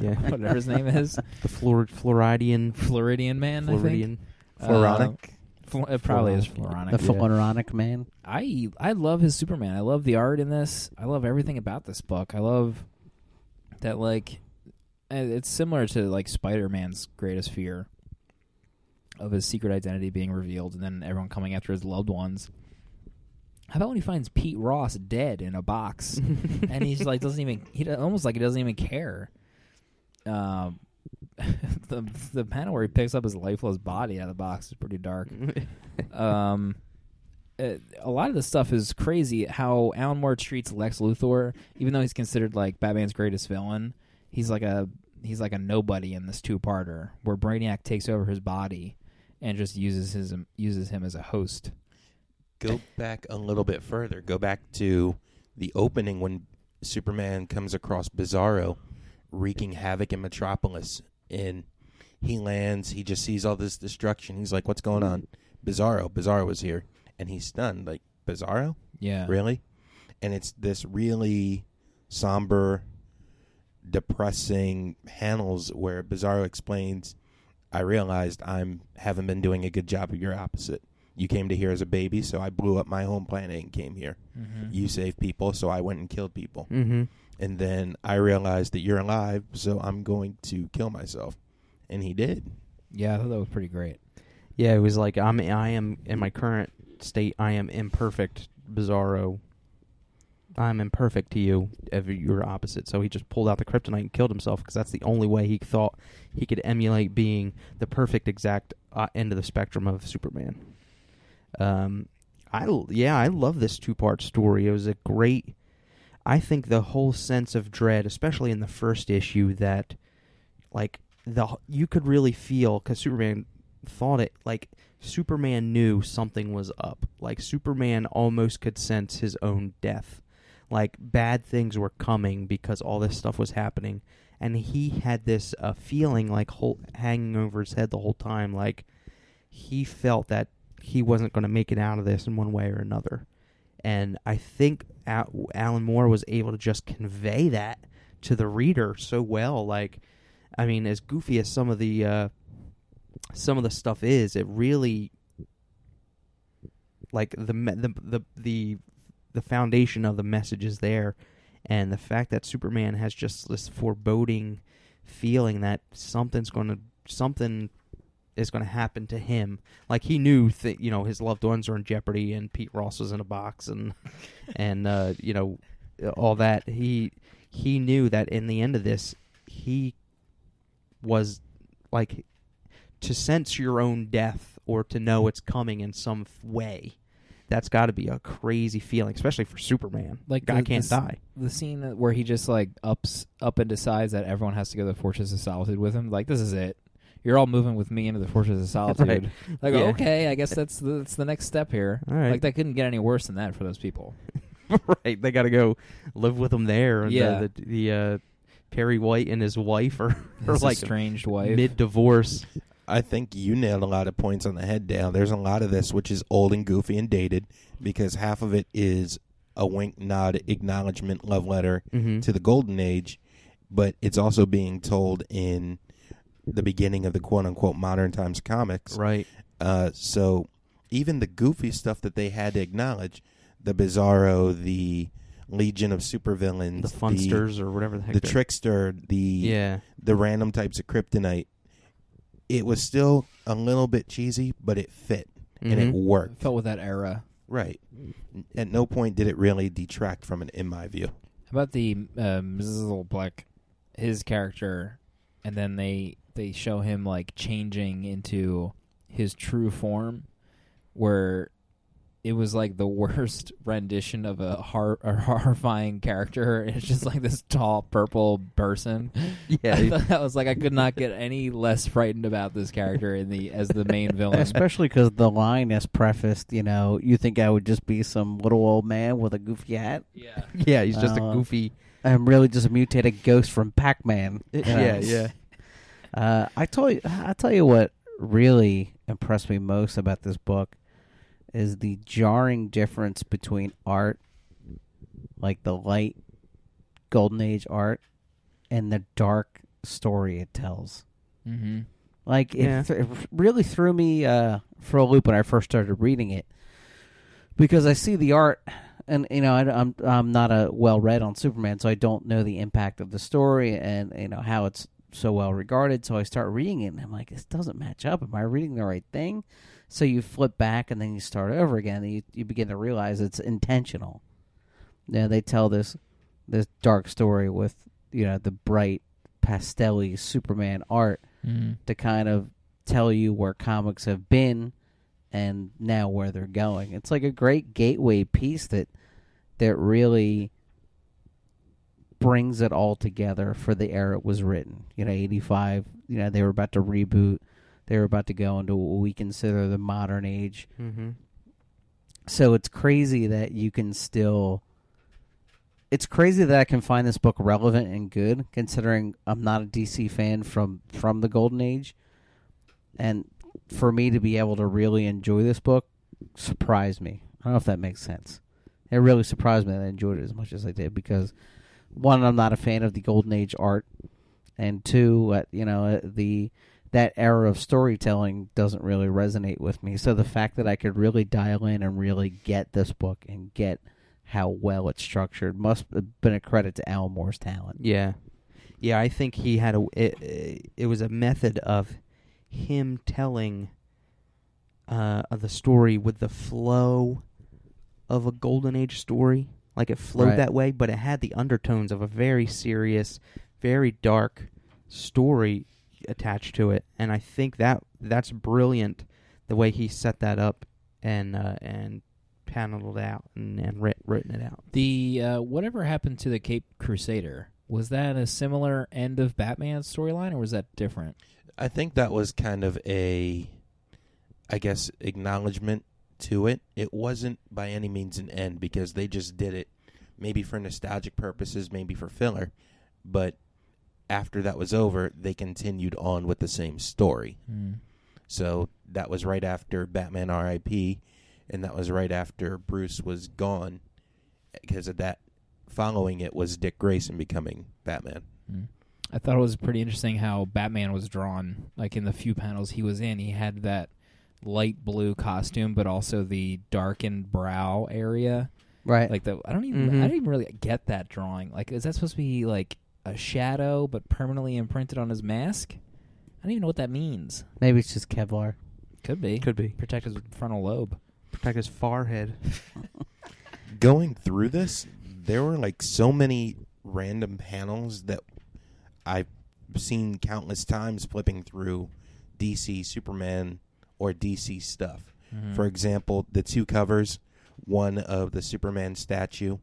Yeah. whatever his name [laughs] is, [laughs] the Flor- Floridian. Floridian man, I think. Uh, Floridian. Floronic. Fl- it probably is Floronic. Floronic. The Floronic man. I I love his Superman. I love the art in this. I love everything about this book. I love that like uh, it's similar to like Spider-Man's greatest fear of his secret identity being revealed and then everyone coming after his loved ones. How about when he finds Pete Ross dead in a box and he's like doesn't even he do- almost like he doesn't even care. Um [laughs] the the panel where he picks up his lifeless body out of the box is pretty dark um, uh, a lot of this stuff is crazy. How Alan Moore treats Lex Luthor, even though he's considered like Batman's greatest villain, he's like a he's like a nobody in this two parter where Brainiac takes over his body and just uses his uses him as a host. Go back a little bit further. Go back to the opening when Superman comes across Bizarro wreaking havoc in Metropolis. And he lands, he just sees all this destruction. He's like, What's going on? Bizarro, Bizarro was here. And he's stunned, like, Bizarro? Yeah, Really? And it's this really somber, depressing panels where Bizarro explains, I realized I'm haven't been doing a good job of your opposite. You came to here as a baby, so I blew up my home planet and came here. Mm-hmm. You saved people, so I went and killed people. mm-hmm. And then I realized that you're alive, so I'm going to kill myself. And he did. yeah, I thought that was pretty great. Yeah, it was like I'm I am in my current state I am imperfect bizarro. I'm imperfect to you, ever your opposite. So he just pulled out the kryptonite and killed himself because that's the only way he thought he could emulate being the perfect exact uh, end of the spectrum of Superman. Um, I l- yeah, I love this two part story. It was a great. I think the whole sense of dread, especially in the first issue, that like the you could really feel because Superman thought it like Superman knew something was up. Like Superman almost could sense his own death. Like bad things were coming because all this stuff was happening, and he had this uh, feeling like whole, hanging over his head the whole time. Like he felt that he wasn't going to make it out of this in one way or another. And I think Al- Alan Moore was able to just convey that to the reader so well. Like, I mean, as goofy as some of the uh, some of the stuff is, it really like the me- the the the the foundation of the message is there, and the fact that Superman has just this foreboding feeling that something's going to something is going to happen to him. Like he knew that you know his loved ones are in jeopardy, and Pete Ross was in a [laughs] box, and and uh, you know all that. He he knew that in the end of this, he was like to sense your own death or to know it's coming in some f- way. That's got to be a crazy feeling, especially for Superman. Like I the- can't the s- die. The scene that- where he just like ups up and decides that everyone has to go to the Fortress of Solitude with him. Like this is it. You're all moving with me into the Fortress [laughs] of Solitude. Right. Like Yeah. okay, I guess that's the, that's the next step here. All right. Like that couldn't get any worse than that for those people. [laughs] right. They got to go live with him there. And Yeah. The, the, the uh, Perry White and his wife are, [laughs] are His like estranged wife. [laughs] mid divorce. I think you nailed a lot of points on the head, Dale. There's a lot of this which is old and goofy and dated because half of it is a wink, nod, acknowledgement, love letter Mhm. to the golden age, but it's also being told in the beginning of the quote unquote modern times comics. Right. Uh, so even the goofy stuff that they had to acknowledge, the Bizarro, the Legion of Supervillains, The funsters or whatever the the, heck. the they're- trickster, the Yeah. the random types of kryptonite, it was still a little bit cheesy, but it fit and it Mhm. worked. felt with that era. right. At no point did it really detract from it, in my view. How about the uh, Mrs. Black, his character, and then they they show him like changing into his true form, where it was like the [laughs] worst rendition of a, hor- a horrifying character. [laughs] It's just like this tall purple person. [laughs] I, [laughs] [laughs] Yeah. thought- I was like, I could not get any less frightened about this character in the as the main [laughs] villain. Oh, Especially because the line is prefaced, you know, you think I would just be some little old man with a goofy hat. yeah, yeah, he's just Uh, a goofy. I'm really just a mutated ghost from Pac-Man. you know? Yeah, yeah. Uh, I tell you, I tell you what really impressed me most about this book is the jarring difference between art, like the light, golden age art, and the dark story it tells. mm-hmm. Like it, Yeah. th- it really threw me uh, for a loop when I first started reading it because I see the art, and you know I, am I'm not a well read on Superman, so I don't know the impact of the story and you know how it's so well regarded. So I start reading it, and I'm like, this doesn't match up. Am I reading the right thing? So you flip back, and then you start over again, and you you begin to realize it's intentional. Now they tell this this dark story with you know the bright pastelly Superman art Mm-hmm. to kind of tell you where comics have been and now where they're going. It's like a great gateway piece that that really brings it all together for the era it was written. You know, 85, you know, they were about to reboot. They were about to go into what we consider the modern age. Mm-hmm. So it's crazy that you can still it's crazy that I can find this book relevant and good, considering I'm not a DC fan from from the Golden Age, and for me to be able to really enjoy this book surprised me. I don't know if that makes sense. It really surprised me that I enjoyed it as much as I did because one, I'm not a fan of the Golden Age art, and two, uh, you know uh, the that era of storytelling doesn't really resonate with me. So the fact that I could really dial in and really get this book and get how well it's structured must have been a credit to Al Moore's talent. Yeah, yeah. I think he had a. It, uh, it was a method of him telling uh, of the story with the flow of a golden age story. Like it flowed Right. that way, but it had the undertones of a very serious, very dark story attached to it. And I think that that's brilliant the way he set that up and uh, and paneled it out and, and writ- written it out. The uh, whatever happened to the Cape Crusader was that a similar end of Batman's storyline, or was that different? I think that was kind of a, I guess, acknowledgement to it. It wasn't by any means an end because they just did it maybe for nostalgic purposes, maybe for filler. But after that was over, they continued on with the same story. Hmm. So that was right after Batman RIP, and that was right after Bruce was gone because of that. Following it was Dick Grayson becoming Batman. I thought it was pretty interesting how Batman was drawn. Like in the few panels he was in, he had that light blue costume, but also the darkened brow area. Right. Like the I don't even Mhm. I didn't even really get that drawing. Like is that supposed to be like a shadow but permanently imprinted on his mask? I don't even know what that means. Maybe it's just Kevlar. Could be. Could be protect his frontal lobe. protect his forehead. going through this, there were like so many random panels that I've seen countless times flipping through DC Superman or DC stuff. For example, the two covers, one of the Superman statue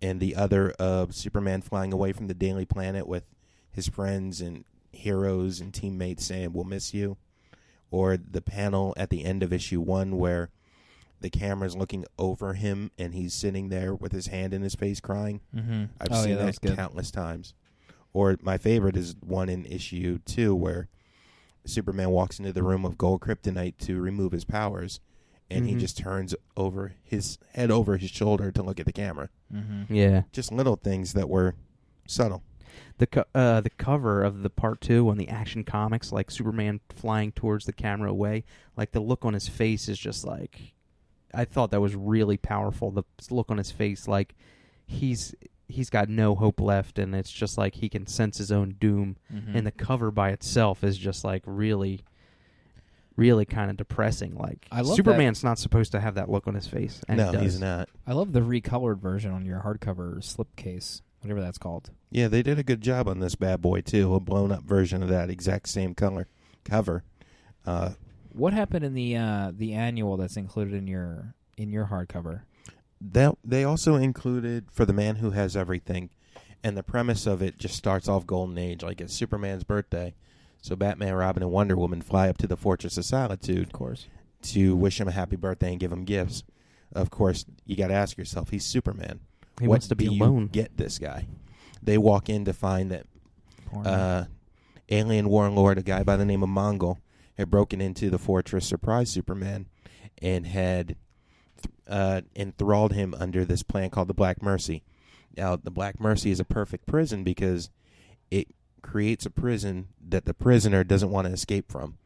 and the other of Superman flying away from the Daily Planet with his friends and heroes and teammates saying, We'll miss you. Or the panel at the end of issue one where the camera's looking over him and he's sitting there with his hand in his face crying. Mm-hmm. I've oh, seen yeah, that was that, good. countless times. Or my favorite is one in issue two where Superman walks into the room of gold kryptonite to remove his powers, and he Mm-hmm. Mhm. just turns over his head over his shoulder to look at the camera. Mm-hmm. [laughs] Yeah. Just little things that were subtle. the co- uh, the cover of the part two on the Action Comics, like Superman flying towards the camera away, like the look on his face is just like, I thought that was really powerful. The look on his face, like he's he's got no hope left, and it's just like he can sense his own doom. Hmm. Mm-hmm. And the cover by itself is just like really, really kind of depressing. Like I love that- Superman's not supposed to have that look on his face. And he no, he's does. not. I love the recolored version on your hardcover slipcase, whatever that's called. Yeah, they did a good job on this bad boy too. A blown up version of that exact same color cover. Uh, What happened in the uh, the annual that's included in your in your hardcover. That they also included for the man who has everything, and the premise of it just starts off Golden Age, like it's Superman's birthday, so Batman, Robin, and Wonder Woman fly up to the Fortress of Solitude Of course. to wish him a happy birthday and give him gifts. Of course, you got to ask yourself, he's Superman. He what wants to be do alone. You get this guy. They walk in to find that Porn. uh, alien warlord, a guy by the name of Mongol, had broken into the fortress, surprised Superman, and had th- uh, enthralled him under this plan called the Black Mercy. Now, the Black Mercy is a perfect prison because it creates a prison that the prisoner doesn't want to escape from.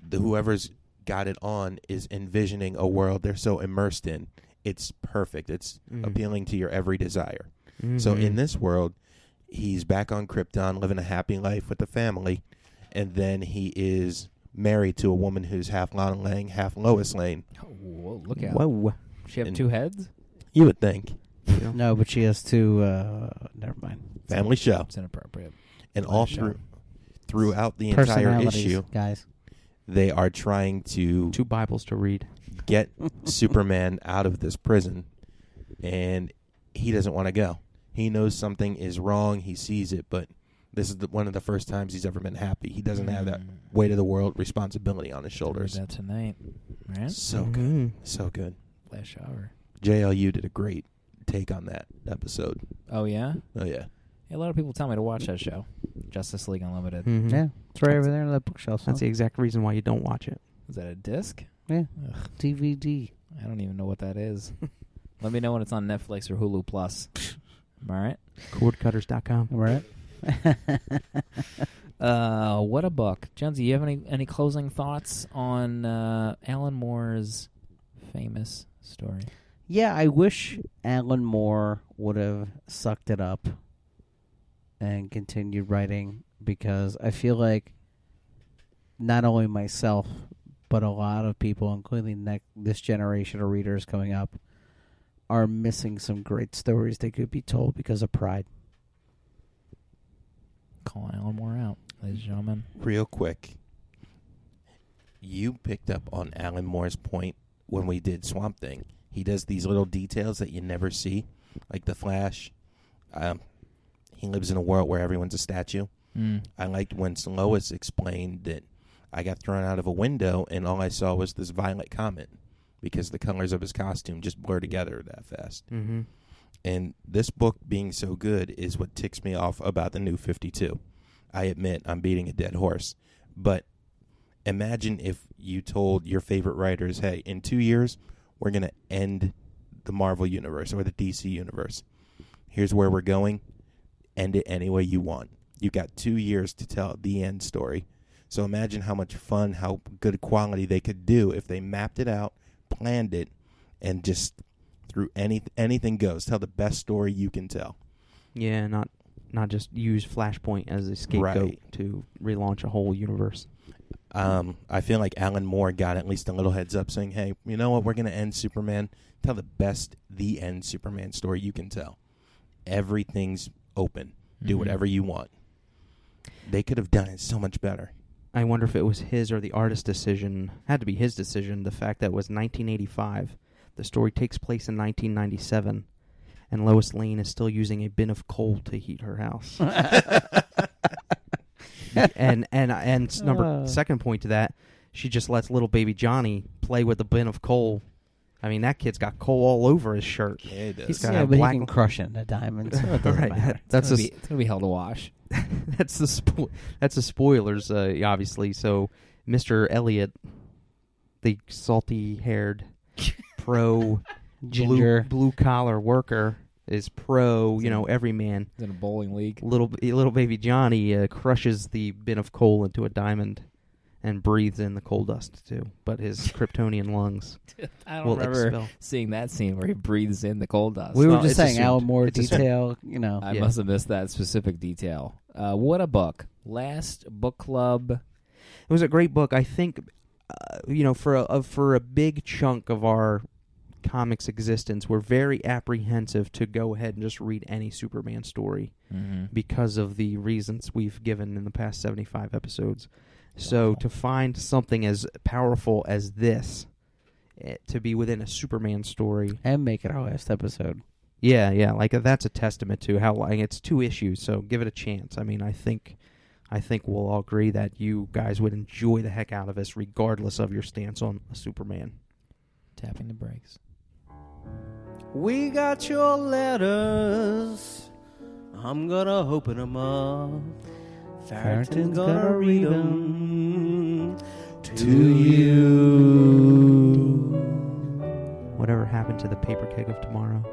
The whoever's got it on is envisioning a world they're so immersed in. It's perfect. It's Mhm. appealing to your every desire. So Mhm. in this world, he's back on Krypton, living a happy life with the family, and then he is married to a woman who's half Lana Lang, half Lois Lane. Whoa, look out. Whoa. She have And- two heads? You would think Yeah. No, but she has to. Uh, never mind. family show, It's inappropriate. and all Show. through throughout the entire Personalities, issue, [laughs] guys. they are trying to Two Bibles to read. get Superman out of this prison, and he doesn't want to go. He knows something is wrong. He sees it, but this is the, one of the first times he's ever been happy. He doesn't have that Mm. weight of the world responsibility on his shoulders. Read that tonight. Right? So good. Mhm. So good. Last hour. JLU did a great take on that episode. Oh, yeah? Oh yeah. A lot of people tell me to watch that show, Justice League Unlimited. Hmm. Mhm. Yeah, it's right over there on that bookshelf. That's the son. exact reason why you don't watch it. Is that a disc? Yeah, Ugh, DVD. I don't even know what that [laughs] is. Let me know when it's on Netflix or Hulu Plus. Am I right? Cordcutters.com. Right. [laughs] Uh, what a book, Jonesy. You have any any closing thoughts on uh, Alan Moore's famous story? Yeah, I wish Alan Moore would have sucked it up and continued writing because I feel like not only myself, but a lot of people, including ne- this generation of readers coming up, are missing some great stories they could be told because of pride. Call Alan Moore out, ladies and gentlemen. Real quick. You picked up on Alan Moore's point when we did Swamp Thing. He does these little details that you never see, like the Flash. Um, he lives in a world where everyone's a statue. Mm. I liked when Lois explained that I got thrown out of a window and all I saw was this violet comet because the colors of his costume just blur together that fast. Mm-hmm. And this book being so good is what ticks me off about the new 52. I admit I'm beating a dead horse. But imagine if you told your favorite writers, hey, in two years, we're going to end the Marvel universe or the DC universe. Here's where we're going. End it any way you want. You've got two years to tell the end story. So imagine how much fun, how good quality they could do if they mapped it out, planned it, and just through any anything goes. Tell the best story you can tell. Yeah, not not just use Flashpoint as a scapegoat Right. to relaunch a whole universe. Um, I feel like Alan Moore got at least a little heads up, saying, "Hey, you know what? We're gonna end Superman. Tell the best the end Superman story you can tell. Everything's open. Do Mm-hmm. Mhm. whatever you want." They could have done it so much better. I wonder if it was his or the artist's decision. Had to be his decision. The fact that it was 1985. The story takes place in 1997, and Lois Lane is still using a bin of coal to heat [laughs] [laughs] her house. and and and s- number Uh. second point to that, she just lets little baby Johnny play with the bin of coal. I mean, that kid's got coal all over his shirt. Yeah, it He's is. got yeah, a but black he can crush [laughs] it in a diamond, so it doesn't Right, matter. that's it's, gonna a be, it's gonna be hell to wash. [laughs] that's the spo- that's the spoilers, uh, obviously. So, Mr. Elliot, the [laughs] salty-haired pro blue Ginger. blue collar worker, is pro. You know, every man. It's in a bowling league. Little eh, little baby Johnny uh, crushes the bin of coal into a diamond, and breathes in the coal dust too. [laughs] But his Kryptonian lungs I don't will remember expel. seeing that scene where he breathes in the coal dust. we were not- just it's saying assumed. Alan Moore It's assumed. detail, you know. I yeah. must have missed that specific detail. Uh, what a book! Last book club. It was a great book. I think, uh, you know, for a, of- for a big chunk of our comics existence, we're very apprehensive to go ahead and just read any Superman story Mm-hmm. because of the reasons we've given in the past 75 episodes. So to find something as powerful as this eh, to be within a Superman story. and make it our last episode. Yeah, yeah, like uh, that's a testament to how long it's two issues. So give it a chance. I mean, I think, I think we'll all agree that you guys would enjoy the heck out of this, regardless of your stance on Superman. Tapping the brakes. We got your letters. I'm gonna open 'em up. Farrington's gonna read 'em to you. Whatever happened to the paper keg of tomorrow?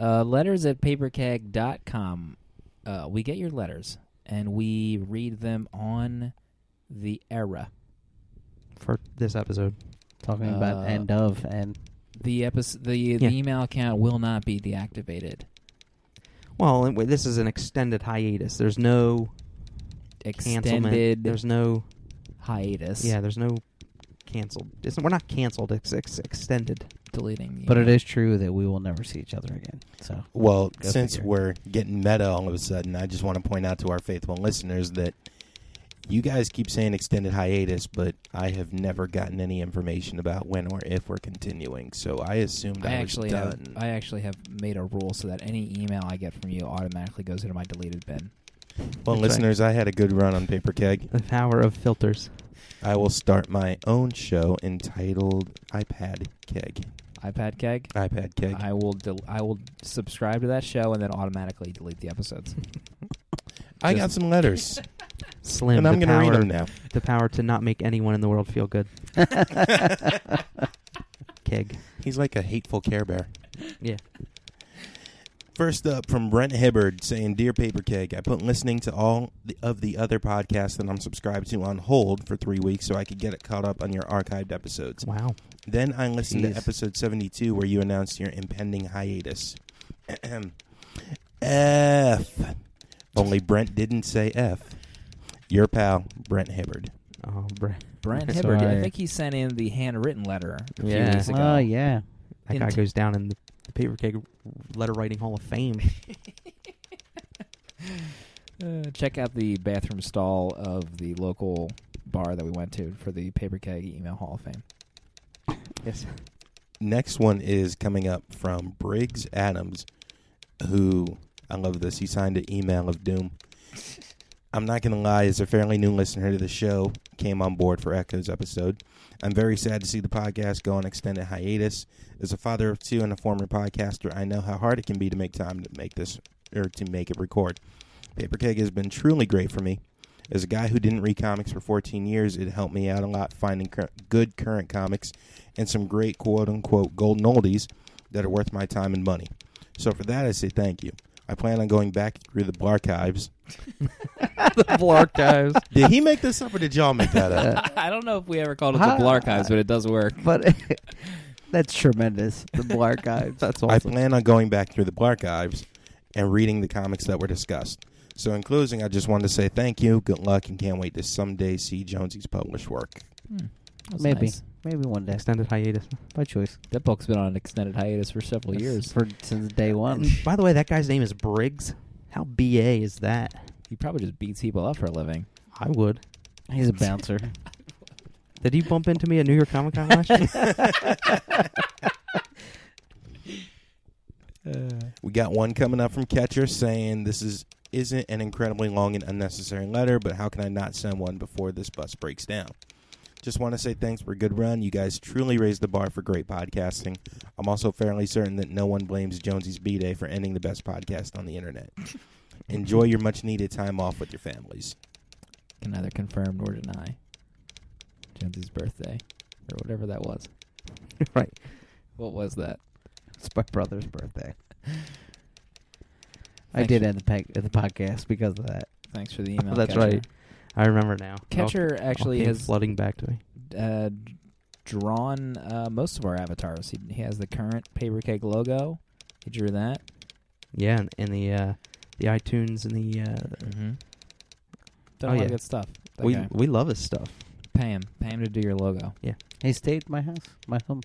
Uh, letters at paperkeg.com. Uh, we get your letters and we read them on the era. for this episode. Talking Uh, about end of and The episode, the, Yeah. the email account will not be deactivated Well, anyway, this is an extended hiatus. There's no cancelment. extended There's no hiatus. yeah. There's no canceled. It's, we're not canceled. It's, it's extended. deleting. The but it email. is true that we will never see each other again. [laughs] So Well, Go since figure. we're getting meta all of a sudden, I just want to point out to our faithful listeners that you guys keep saying extended hiatus, but I have never gotten any information about when or if we're continuing. So I assumed I I, actually was have, done. I actually have made a rule so that any email I get from you automatically goes into my deleted bin. well, That's listeners, I had a good run on Paper Keg. The power of filters. I will start my own show entitled iPad Keg. iPad keg. iPad Keg. I will del- I will subscribe to that show and then automatically delete the episodes. I got some [laughs] letters, Slim. and I'm the going to read power- them now. The power to not make anyone in the world feel good. [laughs] Keg. He's like a hateful Care Bear. Yeah. First up from Brent Hibbard saying, "Dear Paper Keg, I put listening to all the, of the other podcasts that I'm subscribed to on hold for three weeks so I could get it caught up on your archived episodes. Wow. Then I listened Jeez. to episode 72 where you announced your impending hiatus. [clears throat] F. Only Brent didn't say F. Your pal Brent Hibbard. Oh, Brent. Brent Hibbert, I Sorry. think he sent in the handwritten letter a few Yeah. weeks ago. oh yeah, That guy Int- goes down in the, the paper keg letter writing hall of fame. Uh, check out the bathroom stall of the local bar that we went to for the Paper Keg Email Hall of Fame. yes. Next one is coming up from Briggs Adams, who I love this. He signed an email of doom. I'm not going to lie, as a fairly new listener to the show, came on board for Echo's episode. I'm very sad to see the podcast go on extended hiatus. As a father of two and a former podcaster, I know how hard it can be to make time to make this or to make it record. Paper Keg has been truly great for me. As a guy who didn't read comics for 14 years, it helped me out a lot finding cur- good current comics and some great quote unquote golden oldies that are worth my time and money. So for that, I say thank you. I plan on going back through the archives. [laughs] the archives. Did he make this up or did y'all make that up? [laughs] I don't know if we ever called it Hi. the Blarchives, but it does work. [laughs] but [laughs] that's tremendous. The Blark Eyes. [laughs] That's I awesome. plan on going back through the archives and reading the comics that were discussed. So in closing, I just wanted to say thank you, good luck, and can't wait to someday see Jonesy's published work. That's Maybe. Hmm, nice. Maybe one day. Extended hiatus. By choice. That book's been on an extended hiatus for several years. For since day one. And by the way, that guy's name is Briggs. How BA is that? He probably just beats people up for a living. I would. He's [laughs] a bouncer. Did he bump into me at New York Comic Con last year? We got one coming up from Catcher saying this is isn't an incredibly long and unnecessary letter, but how can I not send one before this bus breaks down? Just want to say thanks for a good run. You guys truly raised the bar for great podcasting. I'm also fairly certain that no one blames Jonesy's B Day for ending the best podcast on the internet. Enjoy your much needed time off with your families. Can neither confirm nor deny. Jonesy's birthday, or whatever that was. right. What was that? It's my brother's birthday. I Thank did you. end the, pac- the podcast because of that. Thanks for the email. that's Catcher. right. I remember now. It all- Catcher all actually came has flooding back to me. uh, drawn uh, most of our avatars. He, he has the current paper cake logo. He drew that. Yeah, and, and the uh, the iTunes and the uh, Mm-hmm. Oh, Done a lot yeah. of good stuff. That we guy. we love his stuff. pay him. Pay him to do your [laughs] logo. He stayed at my house, my home.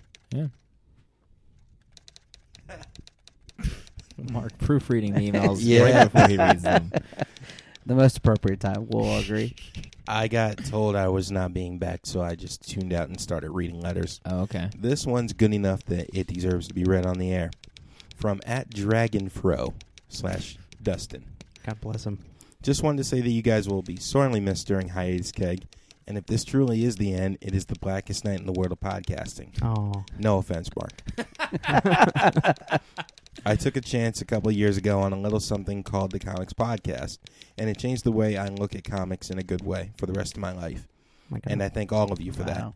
Mark [laughs] proofreading the emails. Yeah. right before he reads them. The most appropriate time, we'll all agree. [laughs] I got told I was not being backed, so I just tuned out and started reading letters. Oh, [laughs] okay. This one's good enough that it deserves to be read on the air. From at Dragonfro slash Dustin. God bless him. Just wanted to say that you guys will be sorely missed during hiatus keg, and if this truly is the end, it is the blackest night in the world of podcasting. Oh, No offense, Mark. I took a chance a couple of years ago on a little something called the Comics Podcast, and it changed the way I look at comics in a good way for the rest of my life. my God. And I thank all of you for Wow. that.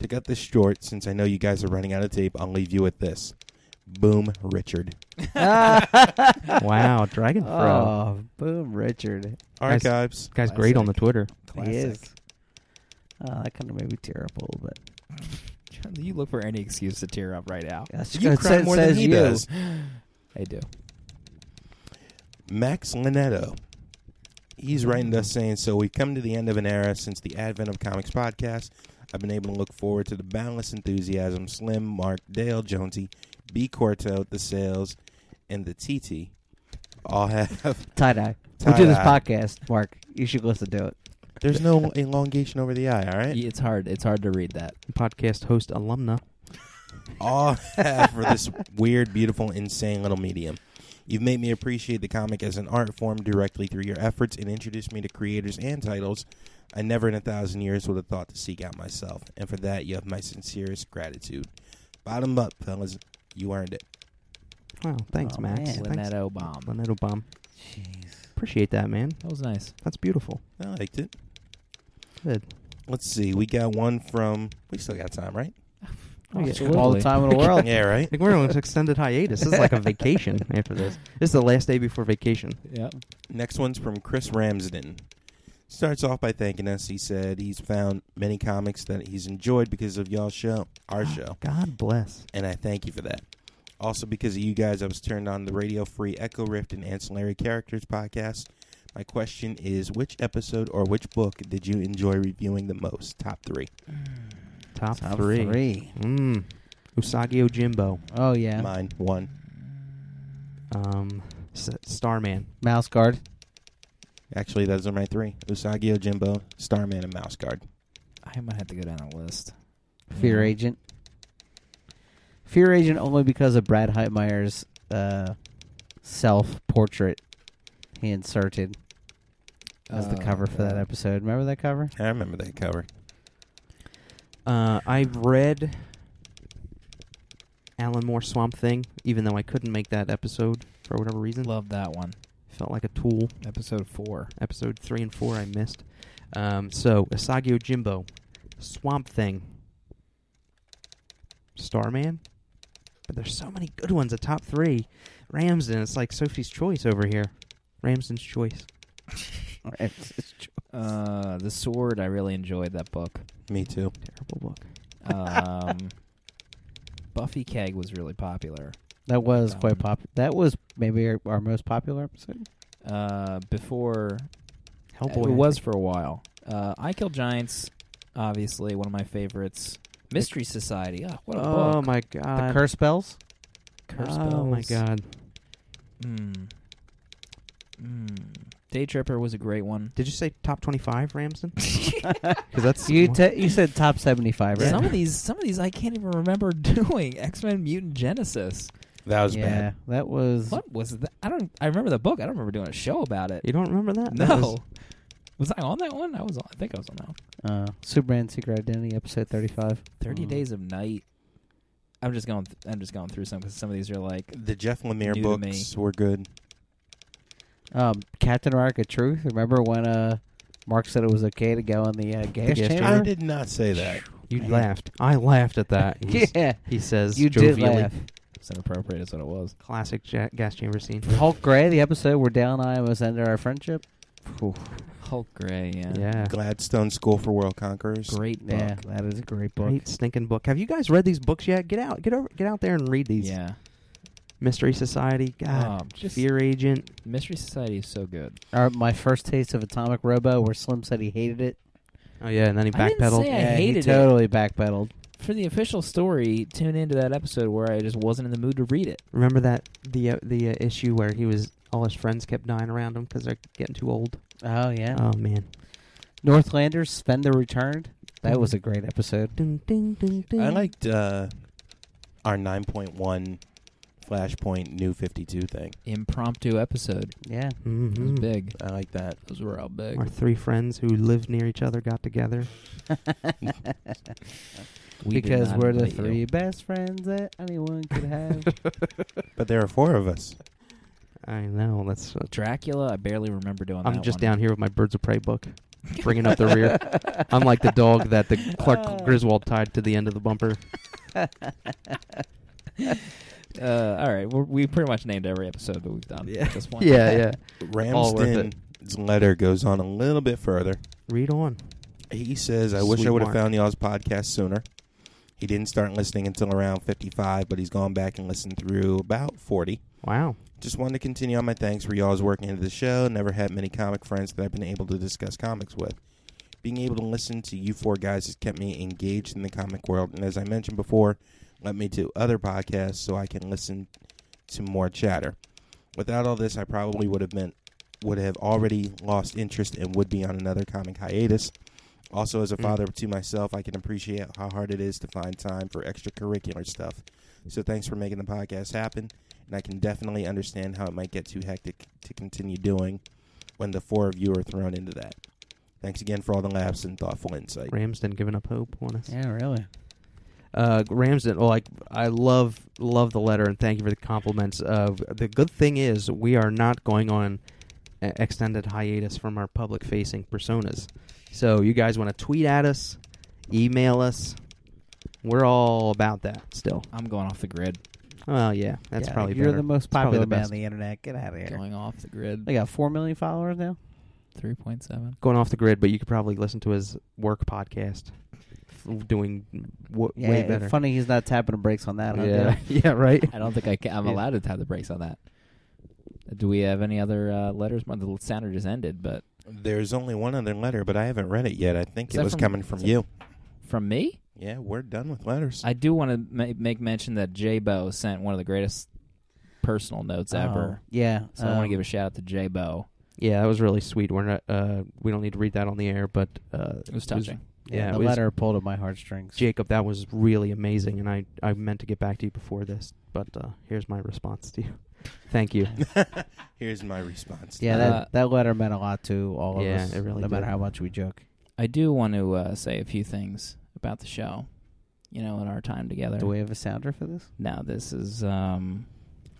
To cut this short, since I know you guys are running out of tape, I'll leave you with this. Boom, Richard. [laughs] [laughs] wow, Dragon Fro. Oh, boom, Richard. Archives. This guy's great on the Twitter. He is. Oh, that kind of made me tear up a little bit. You look for any excuse to tear up right now. That's You cry more than he does. I do. Max Linetto. He's writing to us saying, So we've come to the end of an era since the advent of Comics Podcast. I've been able to look forward to the boundless enthusiasm Slim, Mark, Dale, Jonesy, B. Corto, the sales, and the TT all have. Tie dye. We'll do this Tie-dye. podcast, Mark. You should listen to it. There's no elongation over the eye, all right? Yeah, It's hard. It's hard to read that. Podcast host alumna. all [laughs] have for this weird, beautiful, insane little medium. You've made me appreciate the comic as an art form directly through your efforts and introduced me to creators and titles I never in a thousand years would have thought to seek out myself. And for that, you have my sincerest gratitude. Bottom up, fellas, you earned it. Wow, thanks, Oh, Max. man. Thanks. Lynette Obama. Lynette Obama. Appreciate that, man. That was nice. That's beautiful. I liked it. Good. Let's see. We got one from. We still got time, right? Oh, yeah. Absolutely. All the time [laughs] in the world. [laughs] Yeah, I right. think we're on an extended hiatus. This is like a vacation [laughs] after this. This is the last day before vacation. Yeah. Next one's from Chris Ramsden. Starts off by thanking us. He said he's found many comics that he's enjoyed because of y'all's show, our show. God bless. and I thank you for that. Also, because of you guys, I was turned on the Radio Free Echo Rift and Ancillary Characters podcast. My question is which episode or which book did you enjoy reviewing the most? Top three. Top, Top three. three. Mm. Usagi Ojimbo. Oh, yeah. Mine, one. Um, S- Starman. Mouse guard. Actually, those are my three Usagi Ojimbo, Starman, and Mouse Guard. I might have to go down a list. Fear Yeah. Agent. Fear Agent only because of Brad Heitmeyer's uh, self portrait he inserted as the Oh, cover for that God. episode. Remember that [laughs] cover? I remember that cover. Uh, I've read Alan Moore Swamp Thing, even though I couldn't make that episode for whatever reason. Love that one. Felt like a tool. Episode four. Episode three and four I missed. Um, so Usagi Ojimbo, Swamp Thing, Starman. But there's so many good ones. The top three, Ramsden. It's like Sophie's choice over here. Ramsden's choice. Uh, the Sword. I really enjoyed that book. Me too. Terrible book. [laughs] Um, Buffy Keg was really popular. that was Um, quite pop. That was maybe our, our most popular episode. Uh, before uh, Hellboy. it I was think. for a while. Uh, I Kill Giants, obviously one of my favorites. Mystery Society. Oh, what a Oh book. my The god. curse bells. Curse oh my Bells. god. Mm. Mm. Day Tripper was a great one. Did you say top twenty-five, Ramsden? Because that's You te- you said top seventy five, right? [laughs] Some of these, some of these, I can't even remember [laughs] doing. X Men Mutant Genesis. That was yeah, bad. that was What was that? I don't. I remember the book. I don't remember doing a show about it. You don't remember that? no. That Was, was- I on that one? I was. On, I think I was on that one. uh, Superman Secret Identity episode thirty five. Thirty Mm. Days of Night. I'm just going. Th- I'm just going through some because some of these are like. The Jeff Lemire New to me. books were good. Um, Captain America Truth. Remember when uh, Mark said it was okay to go in the uh, gas, gas chamber? I chamber? did not say that. you Man. laughed. I laughed at that. He's- [laughs] yeah, He says you did jovially. [laughs] laugh. It's inappropriate. Is what it was. Classic ja- gas chamber scene. Hulk Gray, the episode where Dale and I almost ended our friendship. Hulk Gray. Yeah. Yeah. Gladstone School for World Conquerors. Great book. Yeah, that is a great book. Great stinking book. Have you guys read these books yet? Get out, get over, get out there and read these. Yeah. Mystery Society, God, Um, just- Fear Agent. Mystery Society is so good. Our, my first taste of Atomic Robo, where Slim said he hated it. Oh yeah, and then he I didn't backpedaled. say I Yeah, hated he it. totally backpedaled. For the official story, tune into that episode where I just wasn't in the mood to read it. Remember that the uh, the uh, issue where he was all his friends kept dying around him because they're getting too old. Oh yeah, Oh man, Northlanders, Fender returned. That was a great episode. I liked uh, our 9.1 Flashpoint New 52 thing. Impromptu episode. [laughs] Yeah, It was Mhm. big. I like that. Those were all big. Our three friends who lived near each other got together. We did because not we're the invite you. three best friends that anyone could [laughs] have. But there are four of us. I know. That's. Uh, Dracula, I barely remember doing that I'm just one. down here with my Birds of Prey book, bringing up the rear. [laughs] I'm like the dog that the Clark Griswold tied to the end of the bumper. Uh, all right, we're, we pretty much named every episode that we've done Yeah. [laughs] at this point. All worth it. Ramsden's letter goes on a little bit further. Read on. He says, I wish Sweet I would have Mark. found y'all's podcast sooner. He didn't start listening until around 55, but he's gone back and listened through about 40. Wow. Just wanted to continue on my thanks for y'all's working into the show. Never had many comic friends that I've been able to discuss comics with. Being able to listen to you four guys has kept me engaged in the comic world, and as I mentioned before, led me to other podcasts so I can listen to more chatter. Without all this, I probably would have been would have already lost interest and would be on another comic hiatus. Also, as a Mm. father to myself, I can appreciate how hard it is to find time for extracurricular stuff. So, thanks for making the podcast happen and I can definitely understand how it might get too hectic to continue doing when the four of you are thrown into that. Thanks again for all the laughs and thoughtful insight. Ramsden giving up hope on us. yeah, really. uh, Ramsden. Well, I I love love the letter and thank you for the compliments. Uh, the good thing is we are not going on a- extended hiatus from our public facing personas. So you guys want to tweet at us, email us. We're all about that still. [laughs] I'm going off the grid. Well, yeah, that's Yeah, probably you're better. the most It's probably popular the man on best. the internet. Get out of here. Going off the grid. They got four million followers now. 3.7. Going off the grid, but you could probably listen to his work podcast. F- Doing w- Yeah, way better. funny he's not tapping the brakes on that. huh, yeah, dude? [laughs] yeah, right. I don't think I can, I'm Yeah. allowed to tap the brakes on that. Do we have any other uh, letters? Well, The sounder just ended, but There's only one other letter, but I haven't read it yet. I think Is it that was from- coming from is that- you. from me, Yeah, we're done with letters. I do want to ma- make mention that J Bo sent one of the greatest personal notes ever. Oh, yeah. So I want to um, give a shout out to J Bo. Yeah, that was really sweet. We're not. Uh, we don't need to read that on the air, but uh, It was touching. yeah, the it was- letter pulled at my heartstrings. Jacob, that was really amazing, and I, I meant to get back to you before this, but uh, here's my response to you. [laughs] Thank you. [laughs] Here's my response. yeah, that, Uh, that letter meant a lot to all of yeah, us. it really no matter did. how much we joke. I do want to uh, say a few things about the show. You know, in our time together. Do we have a sounder for this? Now this is um,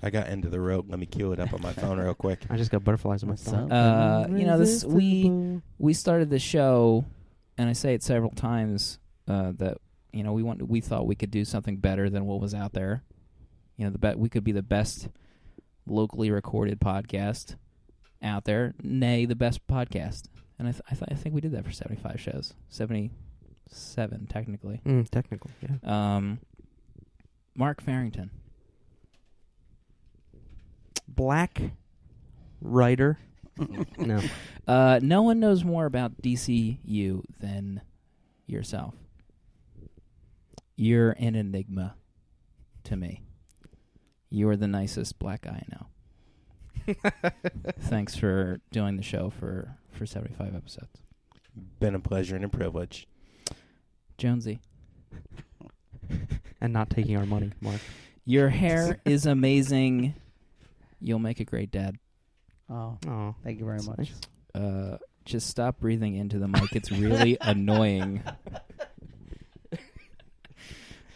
I got end of the rope. Let me cue it up on my phone real quick. I just got butterflies in my stomach. Uh, you know, this- we- we started the show, and I say it several times uh, that you know we want we thought we could do something better than what was out there. You know, the bet we could be the best locally recorded podcast out there, nay, the best podcast. And I th- I, th- I think we did that for seventy five shows, seventy seven technically. Mm, technical, yeah. Um, Mark Farrington, Black [laughs] writer. no. uh, no one knows more about DCU than yourself. You're an enigma to me. You are the nicest black guy I know. Thanks for doing the show for, for 75 episodes. Been a pleasure and a privilege. Jonesy, And not taking our money, Mark. your hair is amazing. You'll make a great dad. Oh, Oh, thank you very much. Uh, just stop breathing into the mic. It's really annoying.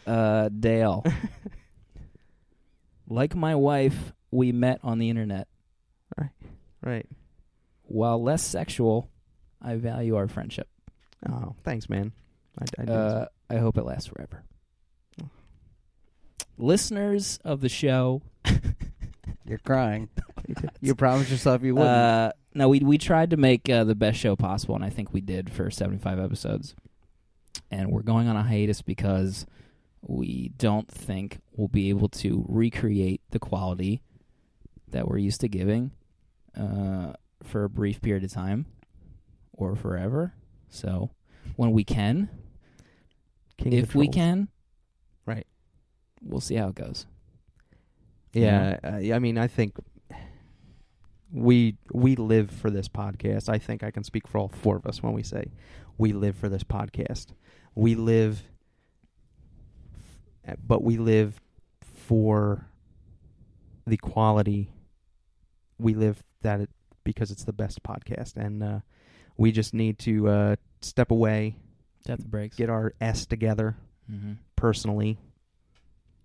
Uh, Dale. like my wife, we met on the internet. Right. While less sexual, I value our friendship. Oh, thanks, man. I, I did. Uh, I hope it lasts forever. Oh. Listeners of the show, You're [laughs] crying. you promised yourself you wouldn't. Uh, no, we we tried to make uh, the best show possible, and I think we did for seventy five episodes. And we're going on a hiatus because we don't think we'll be able to recreate the quality that we're used to giving uh, for a brief period of time or forever. So when we can, King of if we trolls. can, Right. we'll see how it goes. uh, Yeah, I, I mean, I think we we live for this podcast. I think I can speak for all four of us when we say we live for this podcast. We live, eh, but we live for the quality. We live that it, because it's the best podcast, and uh, we just need to uh, step away, Tap the brakes. get our s together mm-hmm. [laughs] personally,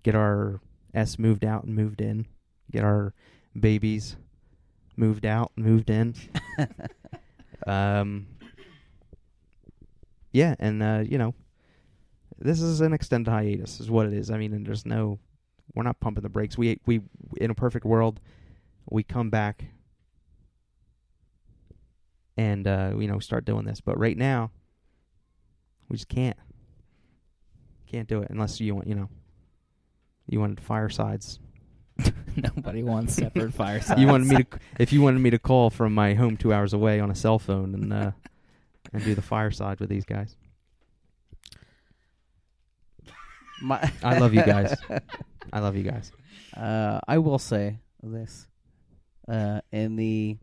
get our S moved out and moved in, get our babies moved out and moved in. um, yeah, and uh, you know, this is an extended hiatus, is what it is. I mean, and there's no, we're not pumping the brakes. We we in a perfect world, we come back. And uh, you know, start doing this, but right now, we just can't can't do it unless you want you know you wanted firesides Nobody wants [laughs] separate firesides. you wanted me to if you wanted me to call from my home two hours away on a cell phone and uh [laughs] and do the fireside with these guys My, i love you [laughs] guys i love you guys Uh, I will say this: uh, in the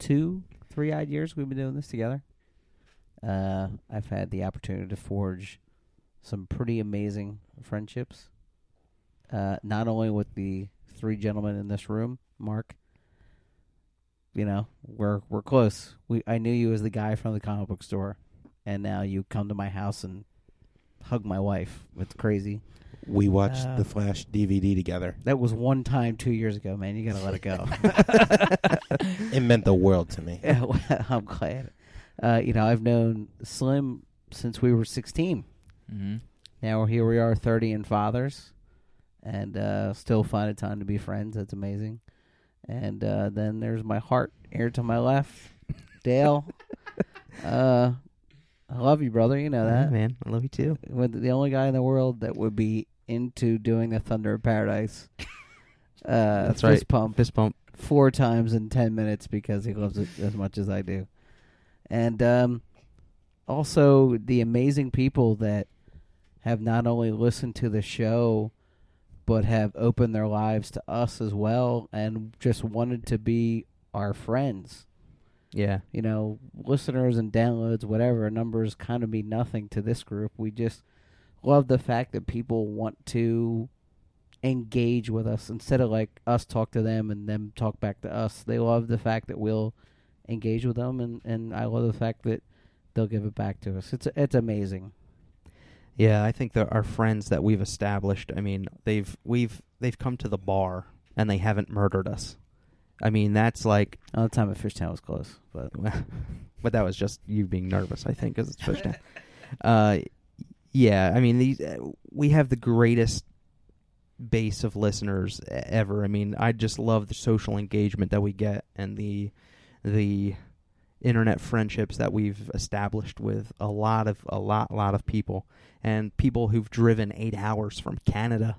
two, three-odd years we've been doing this together, uh, I've had the opportunity to forge some pretty amazing friendships. Uh, not only with the three gentlemen in this room, Mark. You know, we're we're close. We I knew you as the guy from the comic book store, and now you come to my house and hug my wife. It's crazy. We watched Uh, the Flash DVD together. That was one time two years ago, man. You gotta let it [laughs] go. [laughs] It meant the world to me. Yeah, well, I'm glad. Uh, you know, I've known Slim since we were 16. hmm Now here we are, 30 and fathers, and uh, still find a time to be friends. That's amazing. And uh, then there's my heart here to my left, [laughs] Dale. uh, I love you, brother. You know Yeah, that. man i love you too With the only guy in the world that would be into doing the Thunder of [laughs] Paradise. Uh, That's fist right. Pump fist bump four times in ten minutes because he loves it as much as I do, and um, also the amazing people that have not only listened to the show but have opened their lives to us as well and just wanted to be our friends. yeah You know, listeners and downloads, whatever numbers, kind of mean nothing to this group. We just love the fact that people want to engage with us instead of like us talk to them and them talk back to us. They love the fact that we'll engage with them, and, and I love the fact that they'll give it back to us. It's it's amazing. yeah i think that our friends that we've established i mean they've we've they've come to the bar and they haven't murdered us i mean that's like All the time at Fishtown was close, but Well, but [laughs] that was just you being nervous, I think, because it's pushed down. Uh, yeah, I mean, these uh, we have the greatest base of listeners e- ever. I mean, I just love the social engagement that we get and the the internet friendships that we've established with a lot of a lot lot of people and people who've driven eight hours from Canada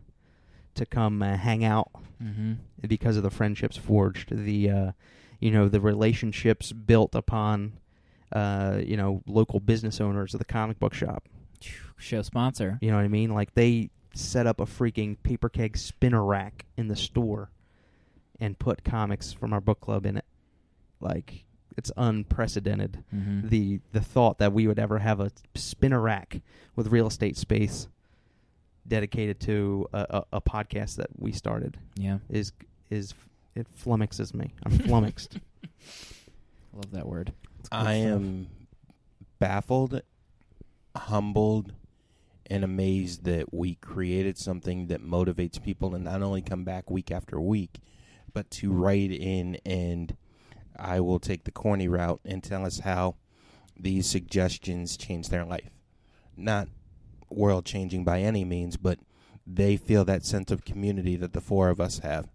to come uh, hang out hmm because of the friendships forged, the uh, you know the relationships built upon uh, you know local business owners of the comic book shop. Show sponsor. You know what I mean? Like they set up a freaking paper keg spinner rack in the store and put comics from our book club in it. Like it's unprecedented Mm-hmm. the the thought that we would ever have a spinner rack with real estate space dedicated to a, a, a podcast that we started yeah, is is it flummoxes me. [laughs] I'm flummoxed. love that word. I am baffled, humbled, and amazed that we created something that motivates people to not only come back week after week, but to write in. And I will take the corny route and tell us how these suggestions change their life. Not world changing by any means, but they feel that sense of community that the four of us have.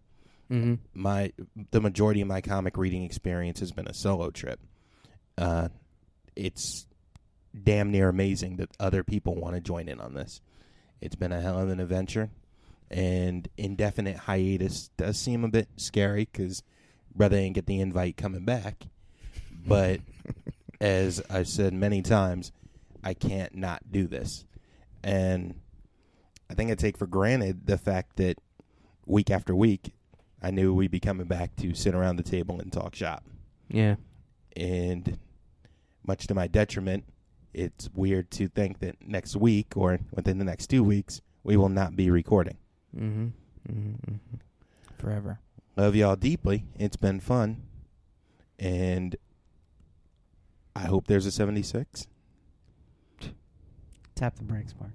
mm-hmm. my the majority of my comic reading experience has been a solo trip. Uh, it's damn near amazing that other people want to join in on this. It's been a hell of an adventure, and indefinite hiatus does seem a bit scary because brother ain't get the invite coming back. But as I've said many times, I can't not do this, and I think I take for granted the fact that week after week I knew we'd be coming back to sit around the table and talk shop. Yeah. And much to my detriment, it's weird to think that next week or within the next two weeks, we will not be recording. Mm-hmm. Mm-hmm. Forever. Love y'all deeply. It's been fun. And I hope there's a 76. Tap the brakes, Mark.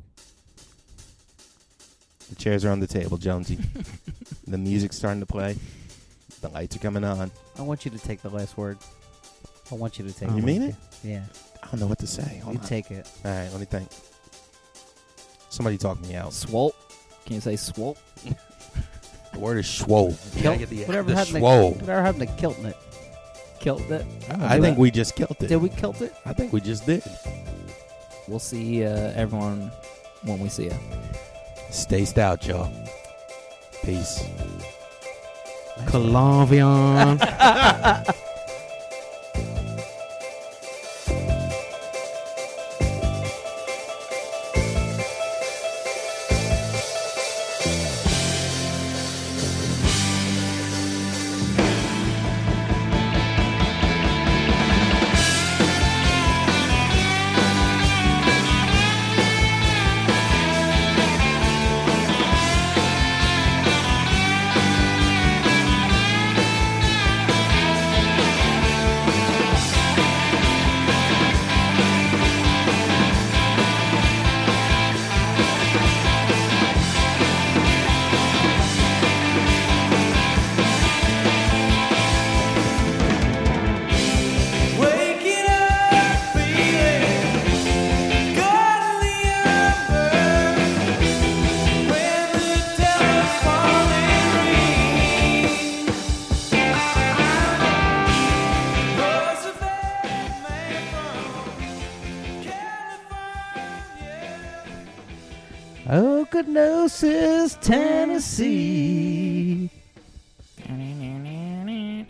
The chairs are on the table, Jonesy. the music's starting to play. The lights are coming on. I want you to take the last word. I want you to take You it. mean it? Yeah. I don't know what to say. Hold you on. take it. All right, let me think. Somebody talk me out. Swolt. Can you say swolt? The word is schwoll. Kilt, whatever, the happened to, swole. whatever happened to kilting it? Killed it. I think we just killed it. Did we kilt it? I think we just did. We'll see uh, everyone when we see you. Stay stout, y'all. Peace. Calavion. Okanosis, Tennessee. You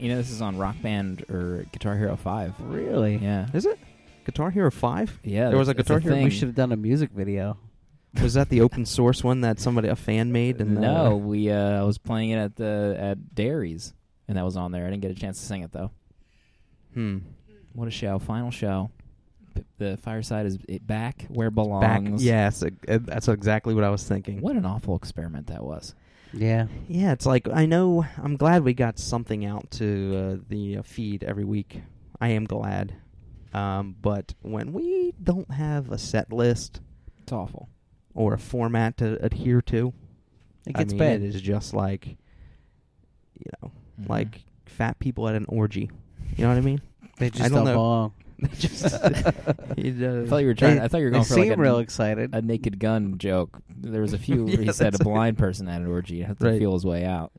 know, this is on Rock Band or Guitar Hero 5. Really? Yeah. Is it? Guitar Hero 5? Yeah. There was a that's Guitar Hero- thing. We should have done a music video. Was that the open source one that somebody, a fan made? And uh, No, we uh, I was playing it at the at Dairies, and that was on there. I didn't get a chance to sing it though. hmm. What a show! Final show. P- The fireside is it back where it belongs. Back. Yeah, it's like- uh, that's exactly what I was thinking. What an awful experiment that was. Yeah. Yeah, it's like I know. I'm glad we got something out to uh, the uh, feed every week. I am glad. Um, but when we don't have a set list It's awful. or a format to adhere to, It I gets mean, bad. It is just like, you know, Mhm. like fat people at an orgy. You know what I mean? [laughs] They just I don't don't, know. belong. just, it, uh, I thought you were trying. They- I thought you were They going for seem like a, real excited. a naked gun joke. There was a few. Yeah, where he said a that's- blind person at an orgy had to Right. feel his way out,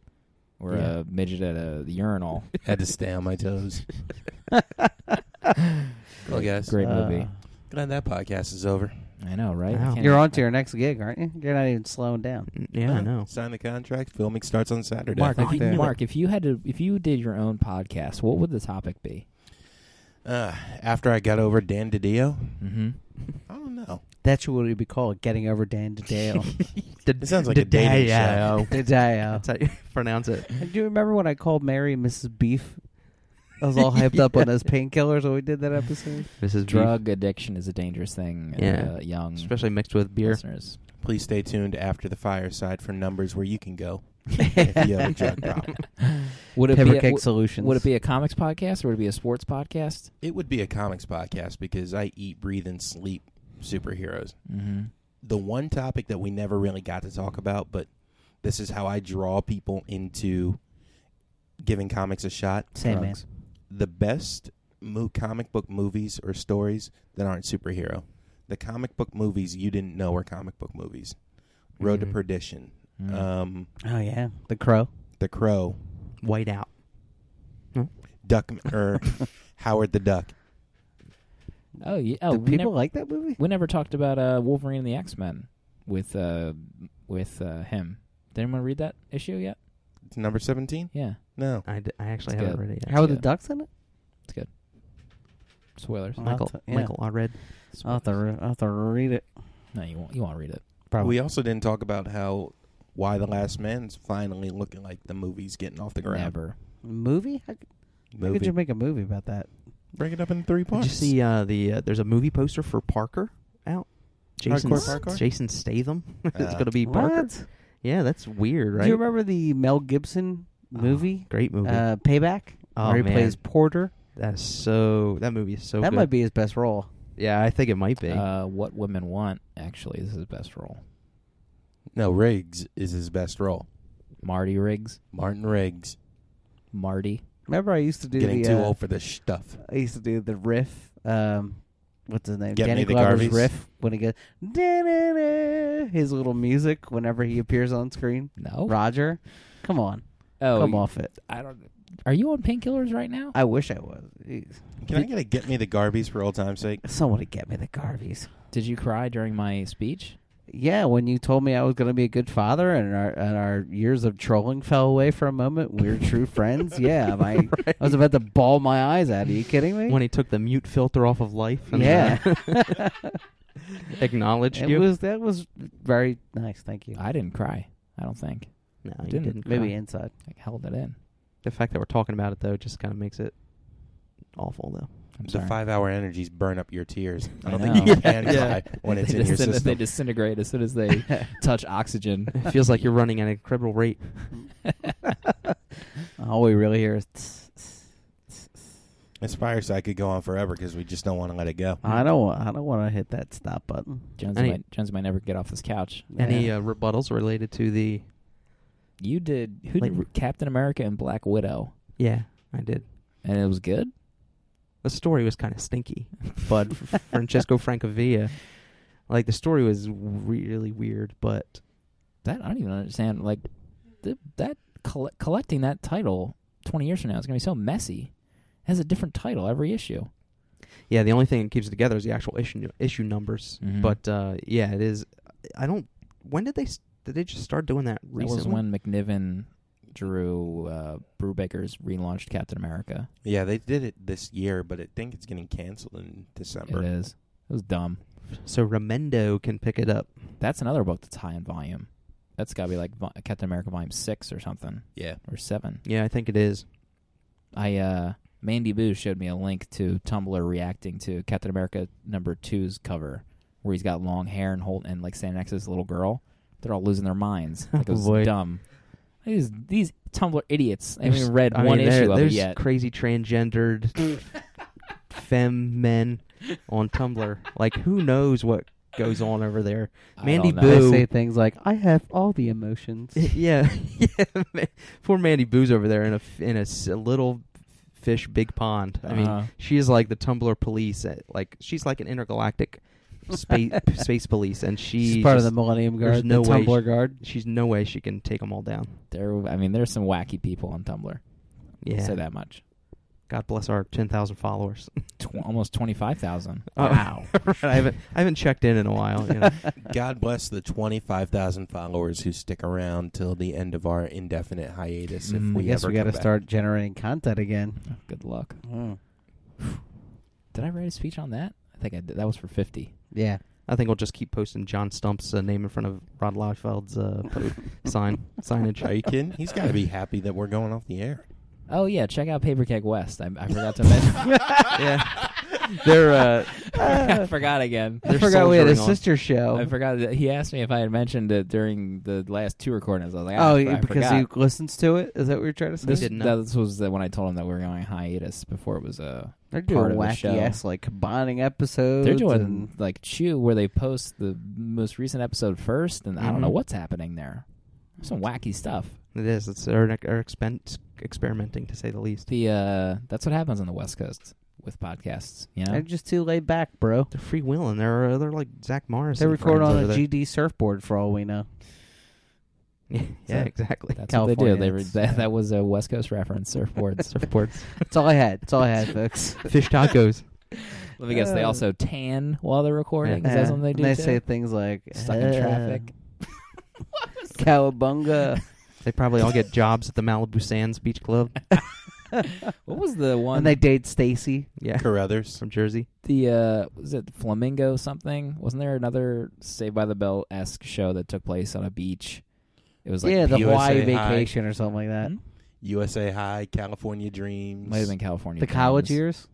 or Yeah. a midget at a urinal. Had to stay on my [laughs] toes. well, guys, Great movie. Uh, glad that podcast is over. I know, right? I Wow. can't- You're on to your next gig, aren't you? You're not even slowing down. Mm, yeah, I know. Uh-huh. Sign the contract. Filming starts on Saturday. Mark, Mark, I if knew you, it. Mark, if you had to, if you did your own podcast, what would the topic be? Uh, after I got over Dan DiDio, Mm-hmm. I don't know. That's what it would be called, getting over Dan [laughs] DeDale. [laughs] It sounds like a dating Oh. show. DeDale. [laughs] That's how you [laughs] pronounce it. uh, Do you remember when I called Mary and Mrs. Beef? I [laughs] was all hyped up on those painkillers when we did that [laughs] episode. This is Drug addiction is a dangerous thing. Yeah. uh, young especially mixed with beer. listeners. Please stay tuned after the fireside for numbers where you can go [laughs] if you have a drug problem. Would it Pepper be? A, cake would, solutions. would it be a comics podcast or would it be a sports podcast? It would be a comics podcast because I eat, breathe, and sleep superheroes. Mm-hmm. The one topic that we never really got to talk about, but this is how I draw people into giving comics a shot. Sandman? the best mo- comic book movies or stories that aren't superhero. The comic book movies you didn't know were comic book movies. Road Mhm. to Perdition, Mm. um, Oh yeah, the crow. The Crow, White out. Duck or Howard the Duck. oh, yeah. Oh, Do we, people never, like that movie? we never talked about uh, Wolverine and the X Men with uh, with uh, him. Did anyone read that issue yet? It's number seventeen. Yeah, No, I, d- I actually It's haven't good. read it yet. How are the Yeah. ducks in it? spoilers. I'll Michael, have to- yeah. Michael, I read. I'll have, to re- I'll have to read it. No, you won't. You won't read it. Probably. we also didn't talk about how why The Last Man's finally looking like the movie's getting off the ground. Never. Movie? How, c- how could Movie. you make a movie about that? Break it up in three Did parts. you see uh, the? Uh, there's a movie poster for Parker out. Jason, Hardcore parkour? Jason Statham. [laughs] it's Uh, gonna be Parker. What? Yeah, that's weird, right? Do you remember the Mel Gibson movie, Great movie. Uh, Payback, Oh, where he man. plays Porter? that is so. That movie is so. that good. might be his best role. Yeah, I think it might be. Uh, what women want, actually, is his best role. No, Riggs is his best role. Marty Riggs. Martin Riggs Marty. Remember, I used to do getting the. too uh, old for this stuff. I used to do the riff. Um, what's his name? Get Danny me the Glover's Garveys. riff when he goes "Da-na-na," his little music whenever he appears on screen. No. Roger, come on, Oh, come off it. I don't. Are you on painkillers right now? I wish I was. Jeez. Can I get a get me the Garbies for old time's sake? Somebody get me the Garveys. Did you cry during my speech? Yeah, when you told me I was going to be a good father and our and our years of trolling fell away for a moment, we're true [laughs] friends. Yeah, my, I was about to bawl my eyes out. Are you kidding me? when he took the mute filter off of life. [laughs] And uh, [laughs] yeah, acknowledged [laughs] it you. was that was very nice. Thank you. I didn't cry. I don't think. no, you didn't. didn't. Maybe cry. inside. I held it in. the fact that we're talking about it though just kind of makes it awful [laughs] though. I'm The sorry. five-hour energies burn up your tears. I I don't think [laughs] you know. [laughs] can Yeah. cry when it's they, in your disin- they system. disintegrate as soon as [laughs] they touch oxygen. It feels like you're running at an incredible rate. All we really hear is. tss, tss, tss, tss. This fireside could go on forever because we just don't want to let it go. I don't. wa- I don't want to hit that stop button. Jones, Any- might, Jones might never get off this couch. Any Yeah. uh, rebuttals related to the? You did. Who Like- did Captain America and Black Widow? Yeah, I did. And it was good. The story was kind of stinky, but F- [laughs] Francesco Francavilla, like the story was really weird. But That I don't even understand. Like th- that coll- collecting that title twenty years from now is going to be so messy. It has a different title every issue. yeah, the only thing that keeps it together is the actual issue issue numbers. Mhm. But uh, yeah, it is. I don't. When did they? s- Did they just start doing that recently? That was when McNiven drew uh, Brubaker's relaunched Captain America. Yeah, they did it this year, but I think it's getting canceled in December. It is. It was dumb. So Remendo can pick it up. That's another book that's high in volume. That's got to be like vo- Captain America volume six or something Yeah. or seven. Yeah, I think it is. I uh, Mandy Boo showed me a link to Tumblr reacting to Captain America number two's cover, where he's got long hair and hold and like standing next to this little girl. They're all losing their [laughs] minds. Like it was Boy. dumb. These these Tumblr idiots. I haven't There's- even read I mean, one there- issue of it there's yet. [laughs] Crazy transgendered femme men on Tumblr. Like, who knows what goes on [laughs] over there? I Mandy don't know. Boo- They say things like, "I have all the emotions." [laughs] yeah, yeah. man. Poor Mandy Boo's over there in a f- in a s- a little fish big pond. I mean, Uh-huh. she is like the Tumblr police. At, like, she's like an intergalactic space [laughs] space police, and she She's part of just- the Millennium there's Guard, no the way Tumblr she- Guard. She's no way she can take them all down. There, I mean, there's some wacky people on Tumblr. I'll Yeah, say that much. God bless our ten thousand followers. [laughs] Tw- almost twenty five thousand. Oh. Right, [laughs] I haven't I haven't checked in in a [laughs] while. You know. [laughs] God bless the 25,000 followers who stick around till the end of our indefinite hiatus if Mm. we I guess ever we got to come back. start generating content again. Good luck. Mm. Did I write a speech on that? I think I did. That was for fifty. Yeah, I think I'll just keep posting John Stump's uh, name in front of Rod Liefeld's [laughs] uh, po- sign signage. Are you kidding? He's got to be happy that we're going off the air. Oh yeah, check out Paper Keg West. I, I forgot to [laughs] mention. [laughs] yeah, they're uh, I forgot again. I forgot we had a soldiering on. sister show. I forgot. That he asked me if I had mentioned it during the last two recordings. I was like, ah, oh, I, I because forgot. he listens to it. Is that what you're trying to say? This, didn't know. this was the, when I told him that we were going on hiatus before it was uh, They're part doing of the show. wacky ass like combining episodes. They're doing and- like Chew, where they post the most recent episode first, and I don't know Mhm. Mm-hmm. what's happening there. Some wacky stuff. [laughs] It is. It's they're, they're expen- experimenting to say the least. The uh, that's what happens on the West Coast with podcasts. You know, They're just too laid back, bro. They're free willing. They're uh, they're like Zach Morris. They record on a over there. GD surfboard for all we know. [laughs] yeah, So- [laughs] exactly. that's what they do. They re- Californians. that, that was a West Coast reference. Surfboards. [laughs] Surfboards, That's all I had. That's all I [laughs] had, folks. fish tacos. Let me guess. They Uh, also tan while they're recording. Is Yeah. that something they And do? They too? say things like stuck in "Uh, traffic. Cowabunga. They probably all get jobs at the Malibu Sands Beach Club. [laughs] What was the [laughs] one? and they date Stacy. Yeah, Carruthers. from Jersey. the uh, was it Flamingo something? Wasn't there another Saved by the Bell esque show that took place on a beach? It was like yeah, the USA Hawaii High. vacation or something like that. Hmm? USA High, California Dreams. might have been California. The college Dreams. years.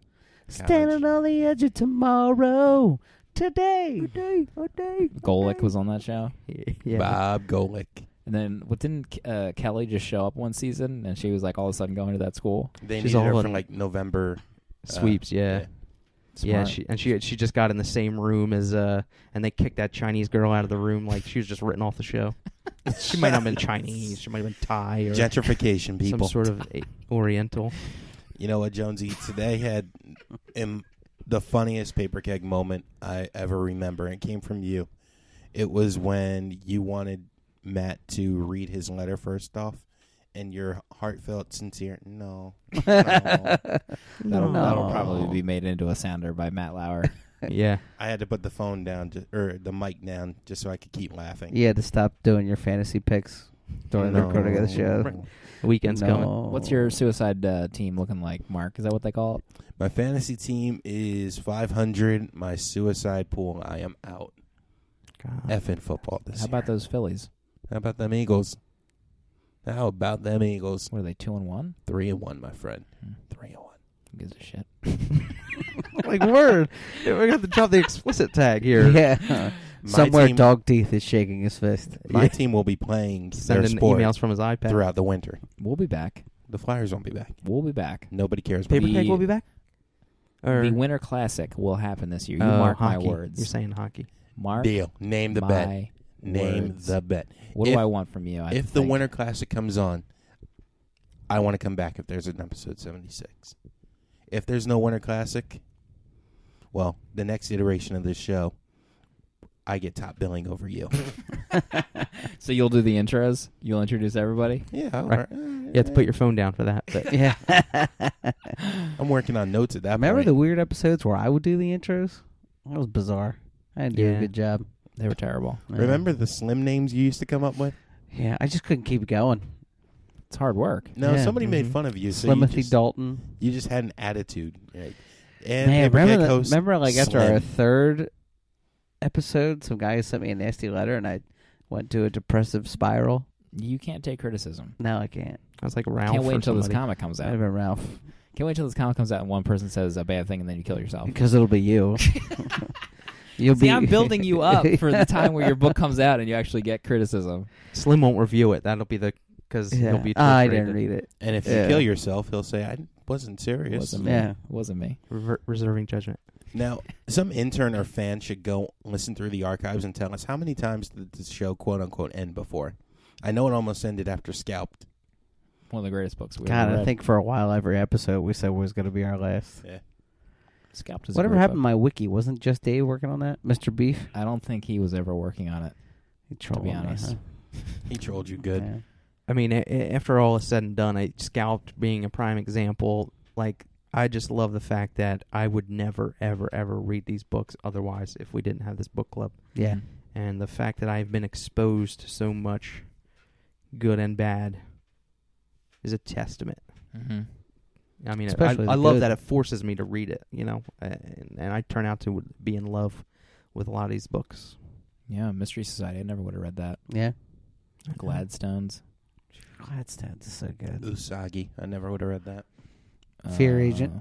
College. Standing on the edge of tomorrow, today, today, today. Golick was on that show, [laughs] Yeah. Bob Golick. and then what didn't uh, Kelly just show up one season and she was like all of a sudden going to that school? They She's needed her all for in- like November uh, Sweeps, yeah. Yeah, Smart. she and she she just got in the same room as uh, and they kicked that Chinese girl out of the room like she was just written off the [laughs] show. she might not have been Chinese. She might have been Thai or Gentrification, people. some sort of a- [laughs] Oriental. You know what, Jonesy? Today had um, the funniest paper keg moment I ever remember. It came from you. It was when you wanted Matt to read his letter first off, and your heartfelt, sincere, no. no." That'll, that'll No. probably Probably be. be made into a sounder by Matt Lauer. Yeah, I had to put the phone down, ju- or the mic down, just so I could keep laughing. You had to stop doing your fantasy picks during the recording of the show. No. weekend's coming. Oh. What's [laughs] your suicide uh, team looking like, Mark? Is that what they call it? My fantasy team is 500. My suicide pool, I am out. God. Effing football this How year. about those Phillies? How about them Eagles? How about them Eagles? What are they? Two and one? Three and one, my friend. Hmm. Three and one. Who gives a shit? [laughs] like word. Yeah, We're gonna have to drop the explicit tag here. Yeah. [laughs] My Somewhere team, Dog Teeth is shaking his fist. [laughs] My team will be playing their Sending sport emails from his iPad. throughout the winter. We'll be back. The Flyers won't be back. We'll be back. Nobody cares. Paper Paper The- keg will be back. Or the Winter Classic will happen this year. You Uh, oh, mark hockey. my words. You're saying hockey. mark deal. Name the my bet. Name words. the bet. What If- do I want from you? I if the think? Winter Classic comes on, I want to come back. If there's an episode seventy six, if there's no Winter Classic, well, the next iteration of this show, I get top billing over you. So you'll do the intros. You'll introduce everybody. yeah, all Right. right. You have to put your phone down for that. But yeah. [laughs] I'm working on notes at that. Remember point. the weird episodes where I would do the intros? That was bizarre. I didn't do Yeah. a good job. They were terrible. uh, Remember the slim names you used to come up with? Yeah, I just couldn't keep going. It's hard work. No, Yeah. somebody made Mhm. fun of you. So you Slimothy just, Dalton. you just had an attitude. Right? And Man, Paper Keg remember, the- host remember like after our Slim. third episode, some guy sent me a nasty letter and I went to a depressive spiral. You can't take criticism. No, I can't. [laughs] I was like Ralph. can't wait or until this somebody. comic comes That out. would have been Ralph. Can't wait until this comic comes out and one person says a bad thing and then you kill yourself. [laughs] Because it'll be [laughs] you. You'll See, I'm building you up for [laughs] [laughs] the time where your book comes out and you actually get criticism. Slim won't review it. That'll be the because Yeah. he'll be. too Ah, I afraid didn't to read it. And if Yeah. you kill yourself, he'll say, "I wasn't serious." Wasn't me. Yeah. Wasn't me. rever- reserving judgment. Now, some intern or fan should go listen through the archives and tell us how many times did the show "quote unquote" end before. I know it almost ended after Scalped. One of the greatest books we God, ever read. I think for a while every episode we said was going to be our last. Scalped is a Whatever great happened to book. my wiki? Wasn't just Dave working on that? Mr. Beef? I don't think he was ever working on it. He To trolled be me, honest, huh? He trolled you good. Yeah. I mean, a- a- after all is said and done, I scalped being a prime example. Like, I just love the fact that I would never, ever, ever read these books otherwise if we didn't have this book club. Yeah. And the fact that I've been exposed to so much good and bad is a testament. Mm-hmm. I mean, I, Especially I the love good. that it forces me to read it, you know, and, and I turn out to be in love with a lot of these books. Yeah, Mystery Society. I never would have read that. Yeah. Gladstone's Gladstone's is so good. Usagi. I never would have read that. Fear Uh, Agent.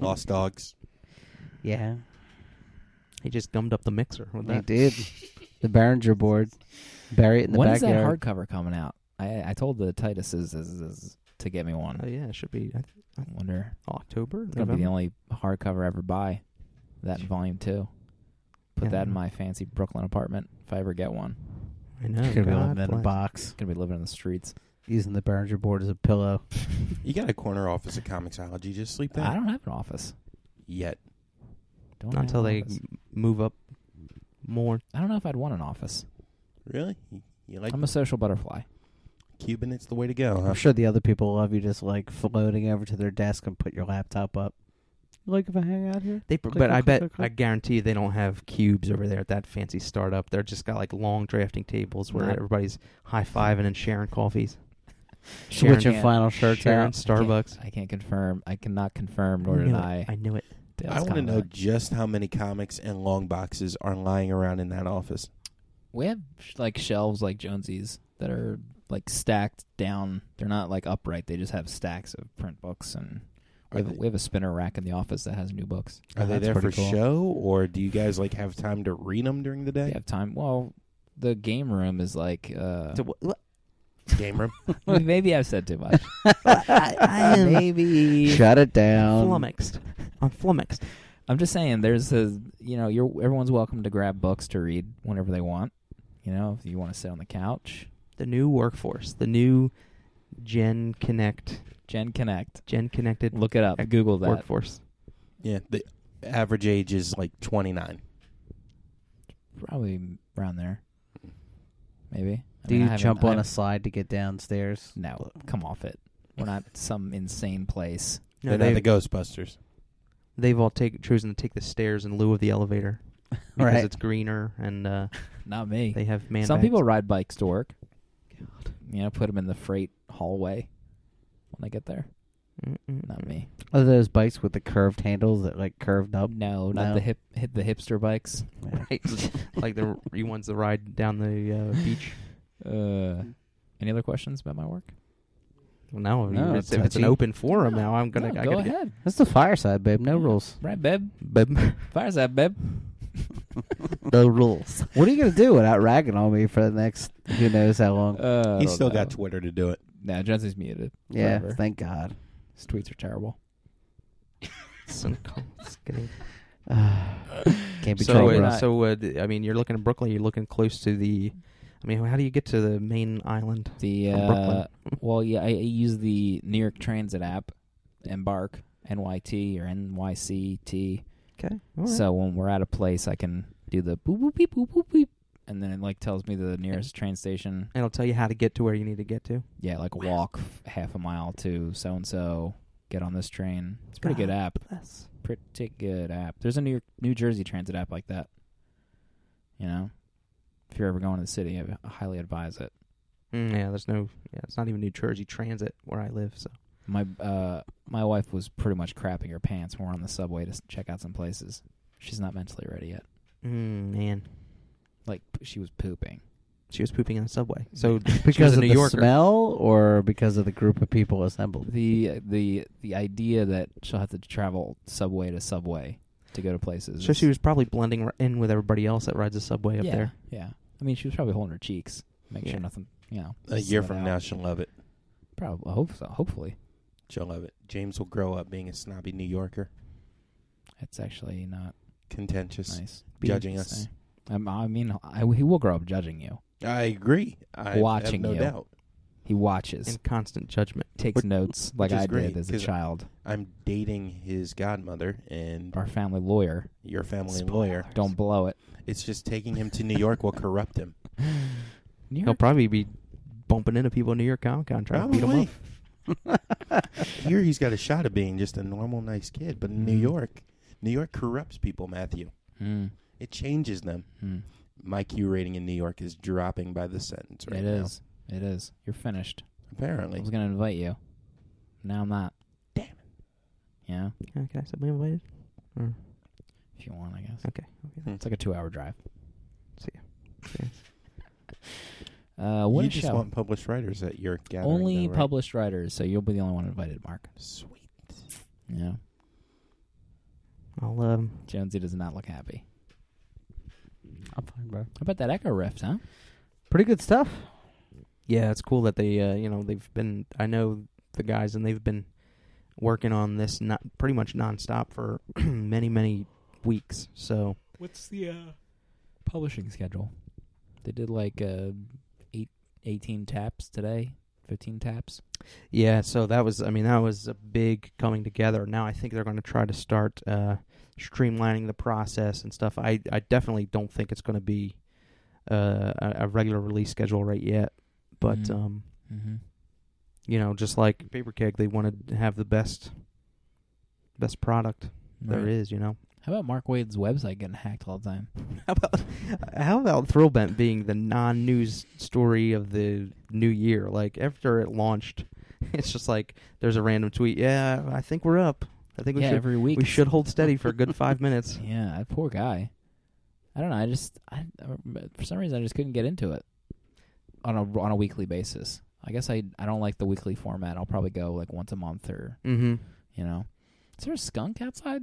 Lost Dogs. Yeah. He just gummed up the mixer with They that. did. the Behringer board. Bury it in the When is that backyard. hardcover coming out? I I told the Tituses is- is- to get me one. Oh yeah, it should be I think, I wonder. October. It's gonna be the November? only hardcover I ever buy. That in volume two. Put Yeah. that in my fancy Brooklyn apartment if I ever get one. I know. Could be God living in a bless. box. Gonna be living in the [laughs] streets. Using the Behringer board as a pillow. You got a corner office at Comicsology. Just sleep there. I don't have an office. Yet. Don't Not have until an they office. m- move up more. I don't know if I'd want an office. Really? You- You like I'm a social butterfly. Cuban? It's the way to go, huh? I'm sure the other people love you just like floating over to their desk and put your laptop up. Like if I hang out here? They, Click, but I click, bet click, I click. guarantee they don't have cubes over there at that fancy startup. They're just got like long drafting tables where Not- everybody's high fiving and sharing coffees, Sharon Switching can't- flannel shirts sharing [laughs] out. Starbucks. I can't confirm. I cannot confirm I nor knew it. deny. I knew it. Dale's I want to know comment. just how many comics and long boxes are lying around in that office. We have sh- like shelves like Jonesy's that are like stacked down. They're not like upright. They just have stacks of print books, and we Are have, they- we have a spinner rack in the office that has new books. Are they that's there for pretty cool. show, or do you guys like have time to read them during the They day? have time. Well, the game room is like. Uh, So wh- wh- [laughs] Game room. maybe I've said too much. I, I [laughs] am maybe Shut it Um, down. flummoxed. I'm flummoxed. I'm just saying. There's a you know, you're everyone's welcome to grab books to read whenever they want. You know, if you want to sit on the couch, The new workforce, the new Gen Connect, Gen Connect. Gen Connected Look it up. Heck, Google that. workforce. yeah, the average age is like twenty nine. Probably around there. Maybe. I Do mean, I you haven't- jump I on a haven't- slide to [laughs] get downstairs? No, come off it. We're not some insane place. No, They're not they've, the Ghostbusters. they've all take, chosen to take the stairs in lieu of the elevator because Right. it's greener and uh, Not me. they have man. some bags. [laughs] people ride bikes to work. You know, put them in the freight hallway when they get there. Mm-mm. Not me. Are those bikes with the curved handles that like [laughs] curved up? no, not Oh, no. the hip hit the hipster bikes. [laughs] Right. like the you ones that ride down the uh, beach. Uh, any other questions about my work? Well, no, I mean, No, if it's it's, if it's an touchy. open forum now, I'm gonna No, I go gotta ahead. That's the fireside, babe. No rules. Right, babe. Get, [laughs] but Fire's that, babe. no rules. What are you gonna do without ragging on me for the next who knows how long? Uh, I He's don't still got know. Twitter to do it. Nah, Johnson's muted. Yeah, Forever. thank [sighs] God. His tweets are terrible. It's unco- it's getting- Can't be so, trouble. trouble. uh, so uh, d- I mean, you're looking at Brooklyn. You're looking close to the. I mean, how do you get to the main island? The From uh, Brooklyn. well, yeah, I, I use the New York Transit app, Embark, NYT or NYCT. Okay. all right. So when we're at a place, I can do the boop boop beep boop boop beep, and then it like tells me the nearest train station. and it'll tell you how to get to where you need to get to. Yeah, like walk f- half a mile to so and so. Get on this train. It's a pretty good God app. Bless. Pretty good app. There's a New York, New Jersey transit app like that. You know, if you're ever going to the city, I highly advise it. Mm, yeah, there's no. Yeah, it's not even New Jersey Transit where I live. So My uh, my wife was pretty much crapping her pants when we're on the subway to s- check out some places. She's not mentally ready yet. mm, man, Like p- she was pooping. she was pooping in the subway. So she was because a of New the Yorker. smell or because of the group of people assembled? The the the idea that she'll have to travel subway to subway to go to places. So is- she was probably blending r- in with everybody else that rides the subway up yeah, there. Yeah. I mean, she was probably holding her cheeks, make Yeah. sure nothing. You know, A year slid from out. now, she'll love it. probably. I hope so. Hopefully, She'll love it. James will grow up being a snobby New Yorker, it's actually not contentious, nice. Be- judging to us. say. Um, I mean, I, he will grow up judging you. I agree. I Watching have you. no doubt. He watches, in constant judgment. takes Which- notes like which is I great, did as a 'cause child. I'm dating his godmother and Our family lawyer. your family lawyer. Don't blow it. It's just taking him to New York will corrupt him. New He'll probably be bumping into people in New York Comic Con trying to beat them up. [laughs] Here he's got a shot of being just a normal, nice kid, but in New Mm. York, New York corrupts people, Matthew. Mm, It changes them. mm. My Q rating in New York is dropping by the sentence right It now. is. It is. You're finished. I Apparently. was gonna invite you. Now I'm not. Damn it. Yeah. Yeah, can I still be invited? Or- If you want, I guess. Okay. Hmm. It's like a two-hour drive. See ya. [laughs] Uh, what you a just show. want published writers at your gathering. Only though, right? published writers, so you'll be the only one invited, Mark. Sweet. Yeah. I'll um. Jonesy does not look happy. I'm fine, bro. How about that Echo Rift, huh? Pretty good stuff. Yeah, it's cool that they uh, you know they've been. I know the guys and they've been working on this not pretty much nonstop for [clears throat] many many weeks. So What's the uh, publishing schedule? They did like uh, eight, 18 taps today, 15 taps. yeah, so that was. I mean, that was a big coming together. Now I think they're going to try to start uh, streamlining the process and stuff. I I definitely don't think it's going to be uh, a, a regular release schedule right yet, but Mm. um. Mm-hmm. you know, just like Paper Keg, they wanted to have the best best product there is, you know. How about Mark Wade's website getting hacked all the time? How about how about Thrillbent being the non news story of the new year? Like after it launched, [laughs] it's just like there's a random tweet, Yeah, I think we're up. I think we yeah, should every week. Oh, [laughs] we should hold steady for a good five minutes. Yeah, that poor guy. I don't know. I just I for some reason I just couldn't get into it on a on a weekly basis. I guess I I don't like the weekly format. I'll probably go like once a month or Mm-hmm. you know. Is there a skunk outside?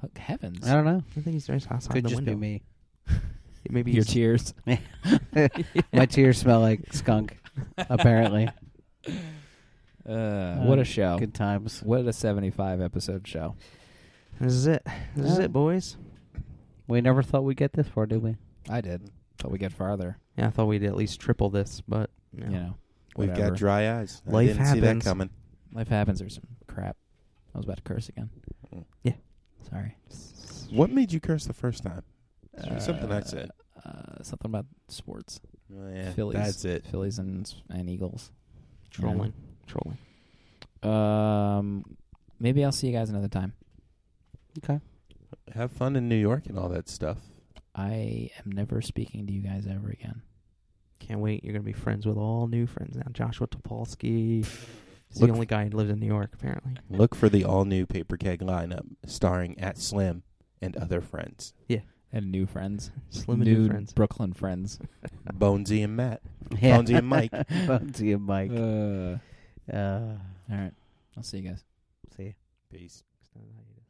Hook heavens! I don't know. I think he's nice outside Could the just window. be me. Maybe Your he's- tears. [laughs] My tears smell like [laughs] skunk. Apparently, Uh, what a Um, Oh. show! good times. What a seventy-five episode show. This is it. This is Yeah. it, boys. We never thought we'd get this far, did we? I did. Thought we get farther. Yeah, I thought we'd at least triple this, but no. You know, We've whatever. got dry eyes. I Life didn't see that happens. coming. life happens. There's some crap. I was about to curse again. Mm. Yeah. Sorry. What made you curse the first time? Uh, Something I said. Uh, something about sports. Oh, yeah, Phillies. That's it. Phillies and and Eagles. you know? Trolling, trolling. Um, maybe I'll see you guys another time. Okay. Have fun in New York and all that stuff. I am never speaking to you guys ever again. Can't wait. You're gonna be friends with all new friends now. Joshua Topolsky. He's Look- the only guy who lives in New York, apparently. Look for the all new paper keg lineup starring at Slim and other friends. And new friends, Slim and new, friends. Brooklyn friends. Bonesy and Matt. Yeah. Bonesy [laughs] and Mike. Bonesy and Mike. Uh, Uh, all right, I'll see you guys. see. ya. Peace. It's not how you do it.